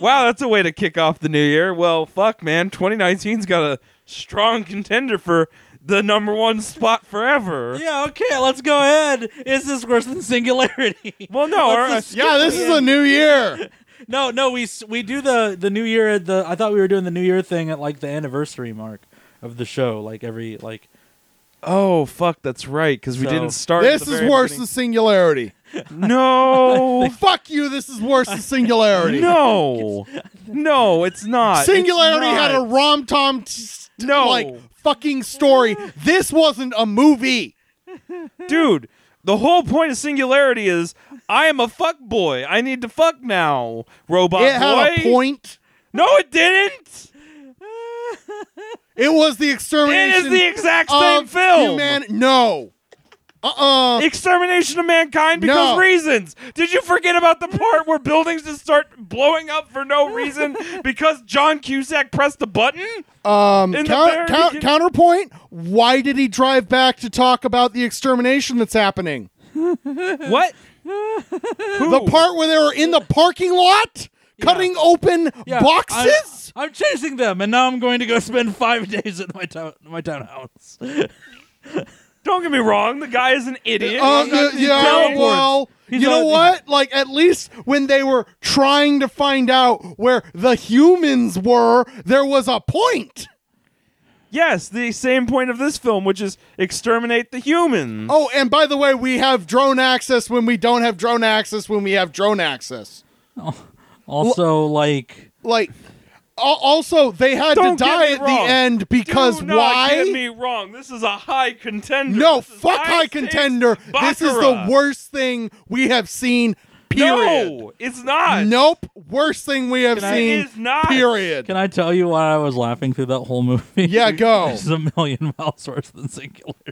Wow, that's a way to kick off the new year. Well, fuck, man. 2019's got a strong contender for the number one spot forever.
Yeah, okay, let's go ahead. Is this worse than singularity?
Well, no.
What's
or-
this-
Yeah, this is a new year.
No, no, we s- we do the the New Year at the. I thought we were doing the New Year thing at like the anniversary mark of the show, like every like
Oh fuck, that's right. Because we
So-
didn't start. at
This
the
is
very
worse than
beginning.
singularity.
no,
Fuck you. This is worse than singularity.
no, no. It's not. It's
Singularity had a
not.
rom tom t- t-
No.
like fucking story. This wasn't a movie.
dude. The whole point of singularity is I am a fuck boy. I need to fuck now, robot
it had
boy.
a point.
No, it didn't.
It was the
It
extermination
is the exact same
of
film.
human- no. Uh-uh.
Extermination of mankind because
No.
reasons. Did you forget about the part where buildings just start blowing up for no reason because John Cusack pressed the button?
Um,
In the
coun-
very
coun-
begin-
counterpoint. Why did he drive back to talk about the extermination that's happening?
What?
The part where they were in the parking lot cutting open
Yeah,
boxes.
I, am chasing them, and now I'm going to go spend five days at my town, my townhouse.
Don't get me wrong, the guy is an idiot.
Uh,
He's
yeah,
not-
yeah,
teleports.
well,
He's
you know
not-
what? Like, at least when they were trying to find out where the humans were, there was a point.
Yes, the same point of this film, which is exterminate the humans.
Oh, and by the way, we have drone access when we don't have drone access when we have drone access.
Also, like,
Like, al- also, they had
Don't
to
get
die
me
at
wrong.
the end because
Do not
why?
get me wrong. This is a high contender.
no,
This is
fuck high
stakes
contender. This is the
Baccarat.
worst thing we have seen, period.
No, it's not.
Nope, worst thing we have
It
seen,
is not.
period.
can I tell you why I was laughing through that whole movie?
Yeah, go.
It's a million miles worse than Singularity.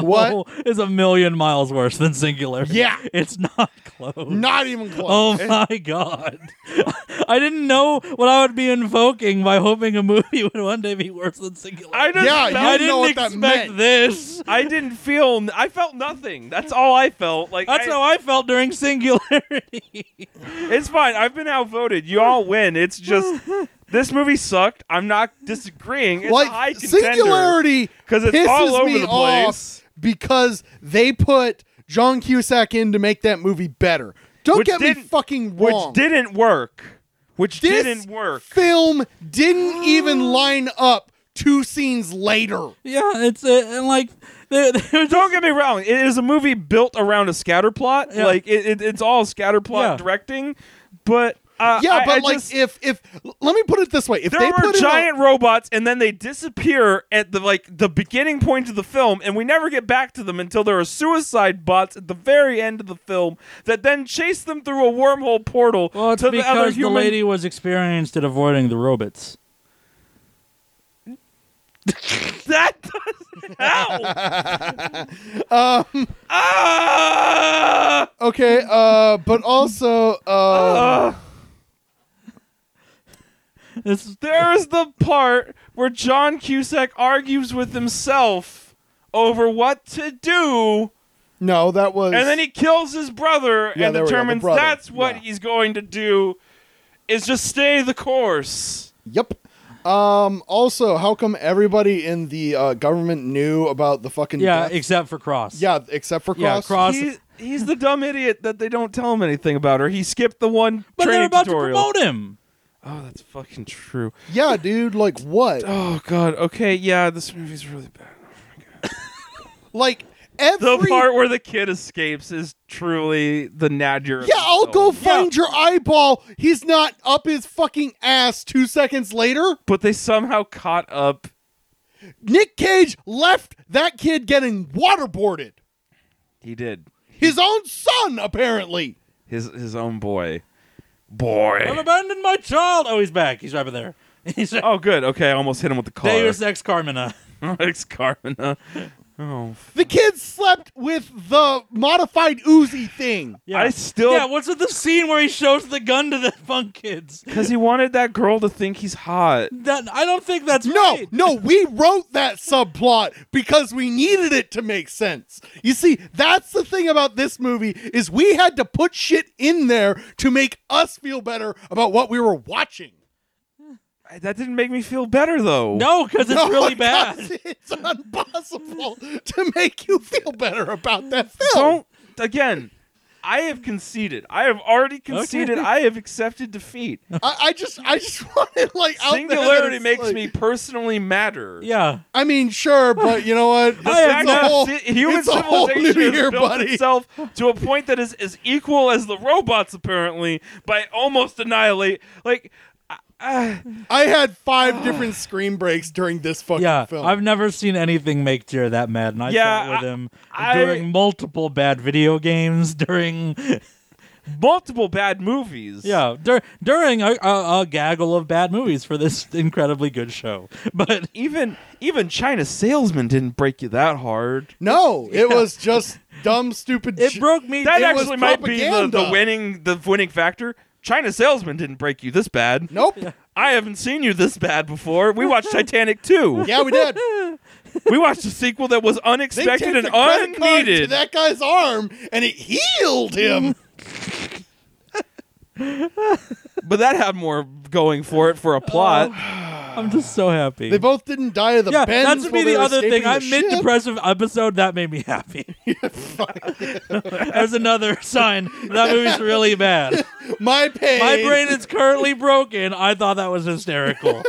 What?
Oh, it's a million miles worse than Singularity.
Yeah.
It's not close.
Not even close.
Oh my god. I didn't know what I would be invoking by hoping a movie would one day be worse than Singularity.
I just
Yeah, you
felt-
I
know
didn't
what that
expect
meant.
this.
I didn't feel. I felt nothing. That's all I felt. Like
That's
I-
how I felt during Singularity.
It's fine. I've been outvoted. You all win. It's just this movie sucked. I'm not disagreeing. It's a high
like
contender.
singularity
'Cause it's
pisses
all over
me
the place.
off because they put John Cusack in to make that movie better. Don't
Which
get me
didn't-
fucking wrong.
which didn't work. Which
this
didn't work.
Film didn't even line up two scenes later.
yeah, it's uh, and like they, they were
Don't get me wrong. It is a movie built around a scatter plot.
Yeah.
Like it, it, it's all scatter plot
Yeah.
directing. But uh,
Yeah,
I-
but
I
like
just-
if if let me put it this way, if
there
they
were
put
giant robots and then they disappear at the like the beginning point of the film and we never get back to them until there are suicide bots at the very end of the film that then chase them through a wormhole portal
Well, it's
to the other
because the,
human
lady was experienced at avoiding the robots.
that doesn't help
Um.
ah!
it, okay, uh, but also uh,
Ah!
It's
there is the part where John Cusack argues with himself over what to do
no, that was
and then he kills his brother
Yeah,
and
there we go, the
determines
brother.
that's what
Yeah.
he's going to do is just stay the course
Yep. Um, also, how come everybody in the uh, government knew about the fucking
yeah,
death?
except for Cross.
yeah, except for
yeah,
Cross.
Cross.
He- he's the dumb idiot that they don't tell him anything about or he skipped the one
but
training
they're about
tutorial
to promote him.
oh that's fucking true
Yeah, dude, like what?
oh god okay yeah this movie's really bad
Like every
the part where the kid escapes is truly the nadir of
Yeah,
the
I'll go
film.
find your eyeball. He's not up his fucking ass 2 seconds later.
but they somehow caught up
Nick Cage left that kid getting waterboarded.
he did
His own son apparently.
his his own boy boy
I've abandoned my child. Oh, he's back. He's right over there. He's right.
Oh, good. Okay, I almost hit him with the car.
Deus Ex Carmina.
Ex Carmina. Oh,
The kid slept with the modified Uzi thing.
Yeah.
I still-
Yeah, what's with the scene where he shows the gun to the punk kids?
because he wanted that girl to think he's hot.
That I don't think that's
No,
right.
no, we wrote that subplot because we needed it to make sense. You see, that's the thing about this movie is we had to put shit in there to make us feel better about what we were watching.
I- That didn't make me feel better though.
No, because it's
No,
really
it
bad.
does. It's impossible to make you feel better about that film.
don't again. I have conceded. I have already conceded.
Okay.
I have accepted defeat.
I, I just, I just wanted like out there that
Singularity
it's
makes
like-
me personally madder.
Yeah.
I mean, sure, but you know what?
The fact
It's a
that
whole,
si- human
it's a whole
civilization
new
has
year,
built
buddy.
itself to a point that is as equal as the robots, apparently, by almost annihilate. Like, uh, I- I-
I had five different screen breaks during this fucking
Yeah.
film.
I've never seen anything make Jer that mad, and I
Yeah,
sat with
I-
him
I-
during multiple bad video games. During
multiple bad movies.
yeah, dur- during a, a, a gaggle of bad movies for this incredibly good show. But
Even even China salesman didn't break you that hard.
no, it was just dumb, stupid.
it
sh-
broke me.
That
It was
actually might be the, the
propaganda.
winning the winning factor. China salesman didn't break you this bad.
Nope.
I haven't seen you this bad before. We watched Titanic 2.
Yeah, we did.
We watched a sequel that was
They
unexpected
taped
and
a credit card to
unneeded.
that guy's arm, and it healed him.
But that had more going for it for a plot.
I'm just so happy.
They both didn't die of the
yeah,
bends.
that's
while
be
they
the
were
other thing.
escaping the
I mid
ship.
depressive episode that made me happy. There's another sign that movie's really bad.
My pain.
My brain is currently broken. I thought that was hysterical.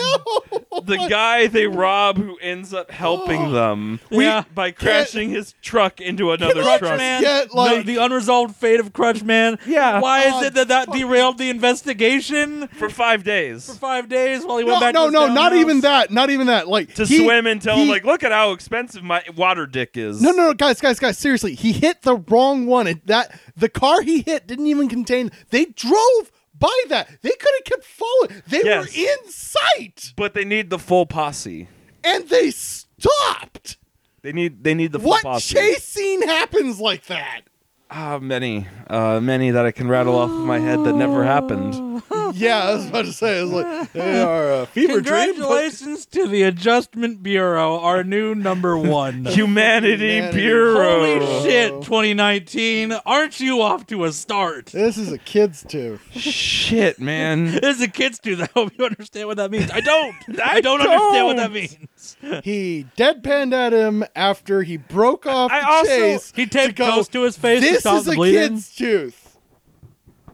Oh,
the guy they rob who ends up helping them
Yeah.
by crashing his truck into another
Crutch
truck.
Man,
Yet,
the-
like-
the, unresolved fate of Crutch Man.
Yeah.
Why
Oh,
is it that that derailed the investigation
For five days.
for five days while he
No,
went back?
no,
to his
no,
town
not
house?
even that. Not even that. Like
to
he-
swim and tell him
he-
like, look at how expensive my water dick is.
No, no, no, guys, guys, guys. Seriously, he hit the wrong one. It, that the car he hit didn't even contain. They drove by that. They could have kept following. They
Yes.
were in sight,
But they need the full posse.
and they stopped.
They need they need the full
What
posse.
chase scene happens like that?
Ah, many, uh, many that I can rattle off of my head that never happened.
yeah, I was about to say. I was like, they are uh, a fever dream. but-
Congratulations to the Adjustment Bureau, our new number one.
Humanity,
Humanity.
Bureau.
Holy shit, 2019. Aren't you off to a start?
This is a kids too.
Shit, man.
This is a kids do that. I hope you understand what that means. I don't. I don't understand what that
don't.
means.
He deadpanned at him after he broke off
I
the
also-
chase.
He taped
go,
ghost to his face to
This
stop
is
the
a
bleeding.
kid's tooth.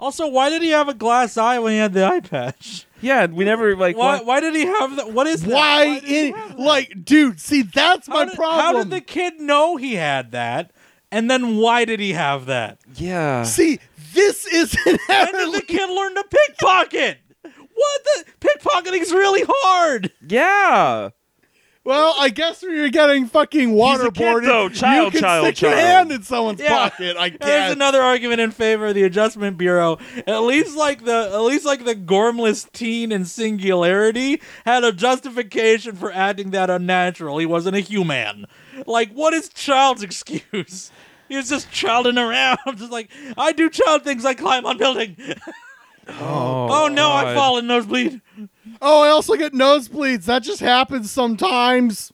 Also, why did he have a glass eye when he had the eye patch?
Yeah, we never like.
Why?
wa-
Why did he have that? What is that?
Why
did he
in
have that?
like, dude? See, that's
How
my
did-
problem.
How did the kid know he had that? And then why did he have that?
Yeah.
see? This is
And then the
inherently
kid learned to pickpocket. What the pickpocketing's really hard.
Yeah.
well. I guess when you're getting fucking
a kid,
waterboarded,
though.
you
Child,
can
child,
stick your
child.
hand in someone's
Yeah.
pocket. I
There's
guess.
another argument in favor of the Adjustment Bureau. At least like the at least like the gormless teen in Singularity had a justification for acting that unnatural. He wasn't a human. Like what is child's excuse? He was just childing around, just like I do child things. I climb on building. Oh, no, I
God.
fall in nosebleed.
oh, I also get nosebleeds. That just happens sometimes.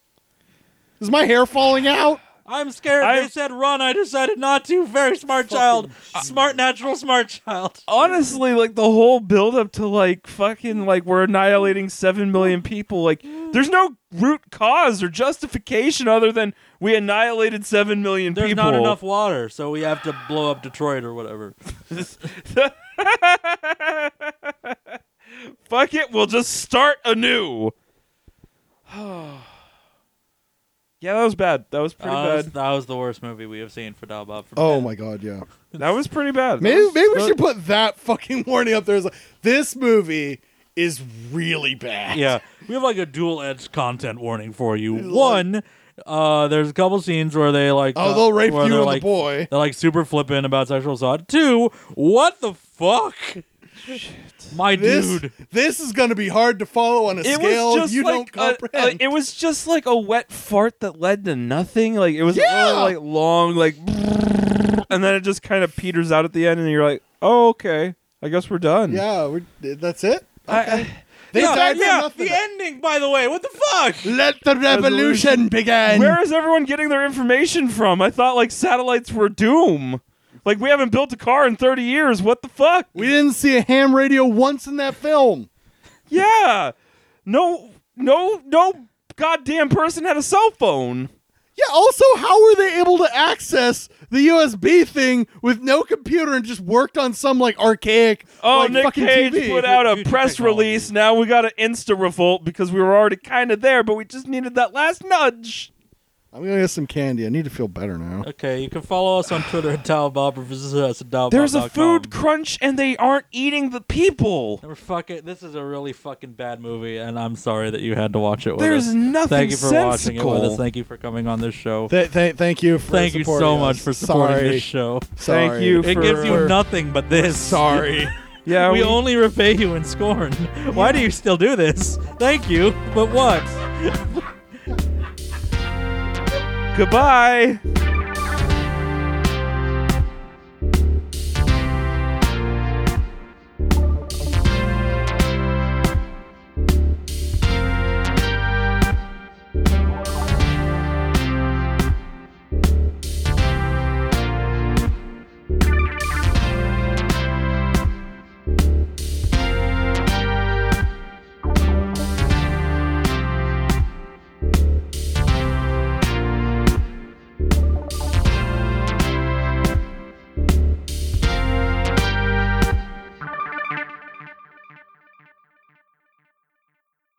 Is my hair falling out?
I'm scared.
I-
They said run. I decided not to. Very smart child. Smart natural smart child.
honestly like the whole build up to like fucking like we're annihilating 7 million people like there's no root cause or justification other than we annihilated 7 million
There's
people
not enough water, so we have to blow up Detroit or whatever.
fuck it we'll just start anew yeah that was bad that was pretty
Uh, that, was,
bad
that was the worst movie we have seen for Dal Bob. for
Oh
Pat.
my god, yeah.
that was pretty bad
Maybe maybe we should put that fucking warning up there. It's Like, this movie is really bad.
Yeah, we have like a dual edged content warning for you. One, uh, there's a couple scenes where they like
Oh,
uh,
they'll rape
where
you
they're,
and the
like,
boy.
They're like super flippant about sexual assault. Two, what the fuck? My
This
dude.
this is gonna be hard to follow on a
it
scale
was just
you
like
don't
a-
comprehend.
A, it was just like a wet fart that led to nothing. Like it was a
Yeah.
little, like long, like, and then it just kind of peters out at the end, and you're like, oh okay, I guess we're done.
Yeah, we're, that's it.
I, I,
They
yeah,
died for
yeah,
nothing.
the ending, by the way. What the fuck?
Let the revolution begin.
where is everyone getting their information from? I thought like satellites were doom. Like we haven't built a car in 30 years. What the fuck?
we didn't see a ham radio once in that film.
Yeah, no, no, no. Goddamn person had a cell phone.
Yeah, also, how were they able to access the USB thing with no computer and just worked on some like archaic
Oh,
like,
Nick
fucking
Cage
TV?
put out a
Future
press
technology.
release. Now we got an Insta revolt because we were already kind of there, but we just needed that last nudge.
I'm gonna get some candy. I need to feel better now.
Okay, you can follow us on Twitter at Dalbob or visit us at Dalbob.
There's a food crunch, and they aren't eating the people.
We're fucking. This is a really fucking bad movie, and I'm sorry that you had to watch it with us.
There's nothing
Thank you for watching it with
sensical.
us. Thank you for coming on this show.
Th- th- thank you. For
Thank you
supporting
so
us.
much for supporting
Sorry.
this show.
Sorry.
Thank you.
It
For-
gives you
we're-
nothing but this.
Sorry.
Yeah,
we, only repay you in scorn. Why do you still do this? Thank you, but what?
goodbye.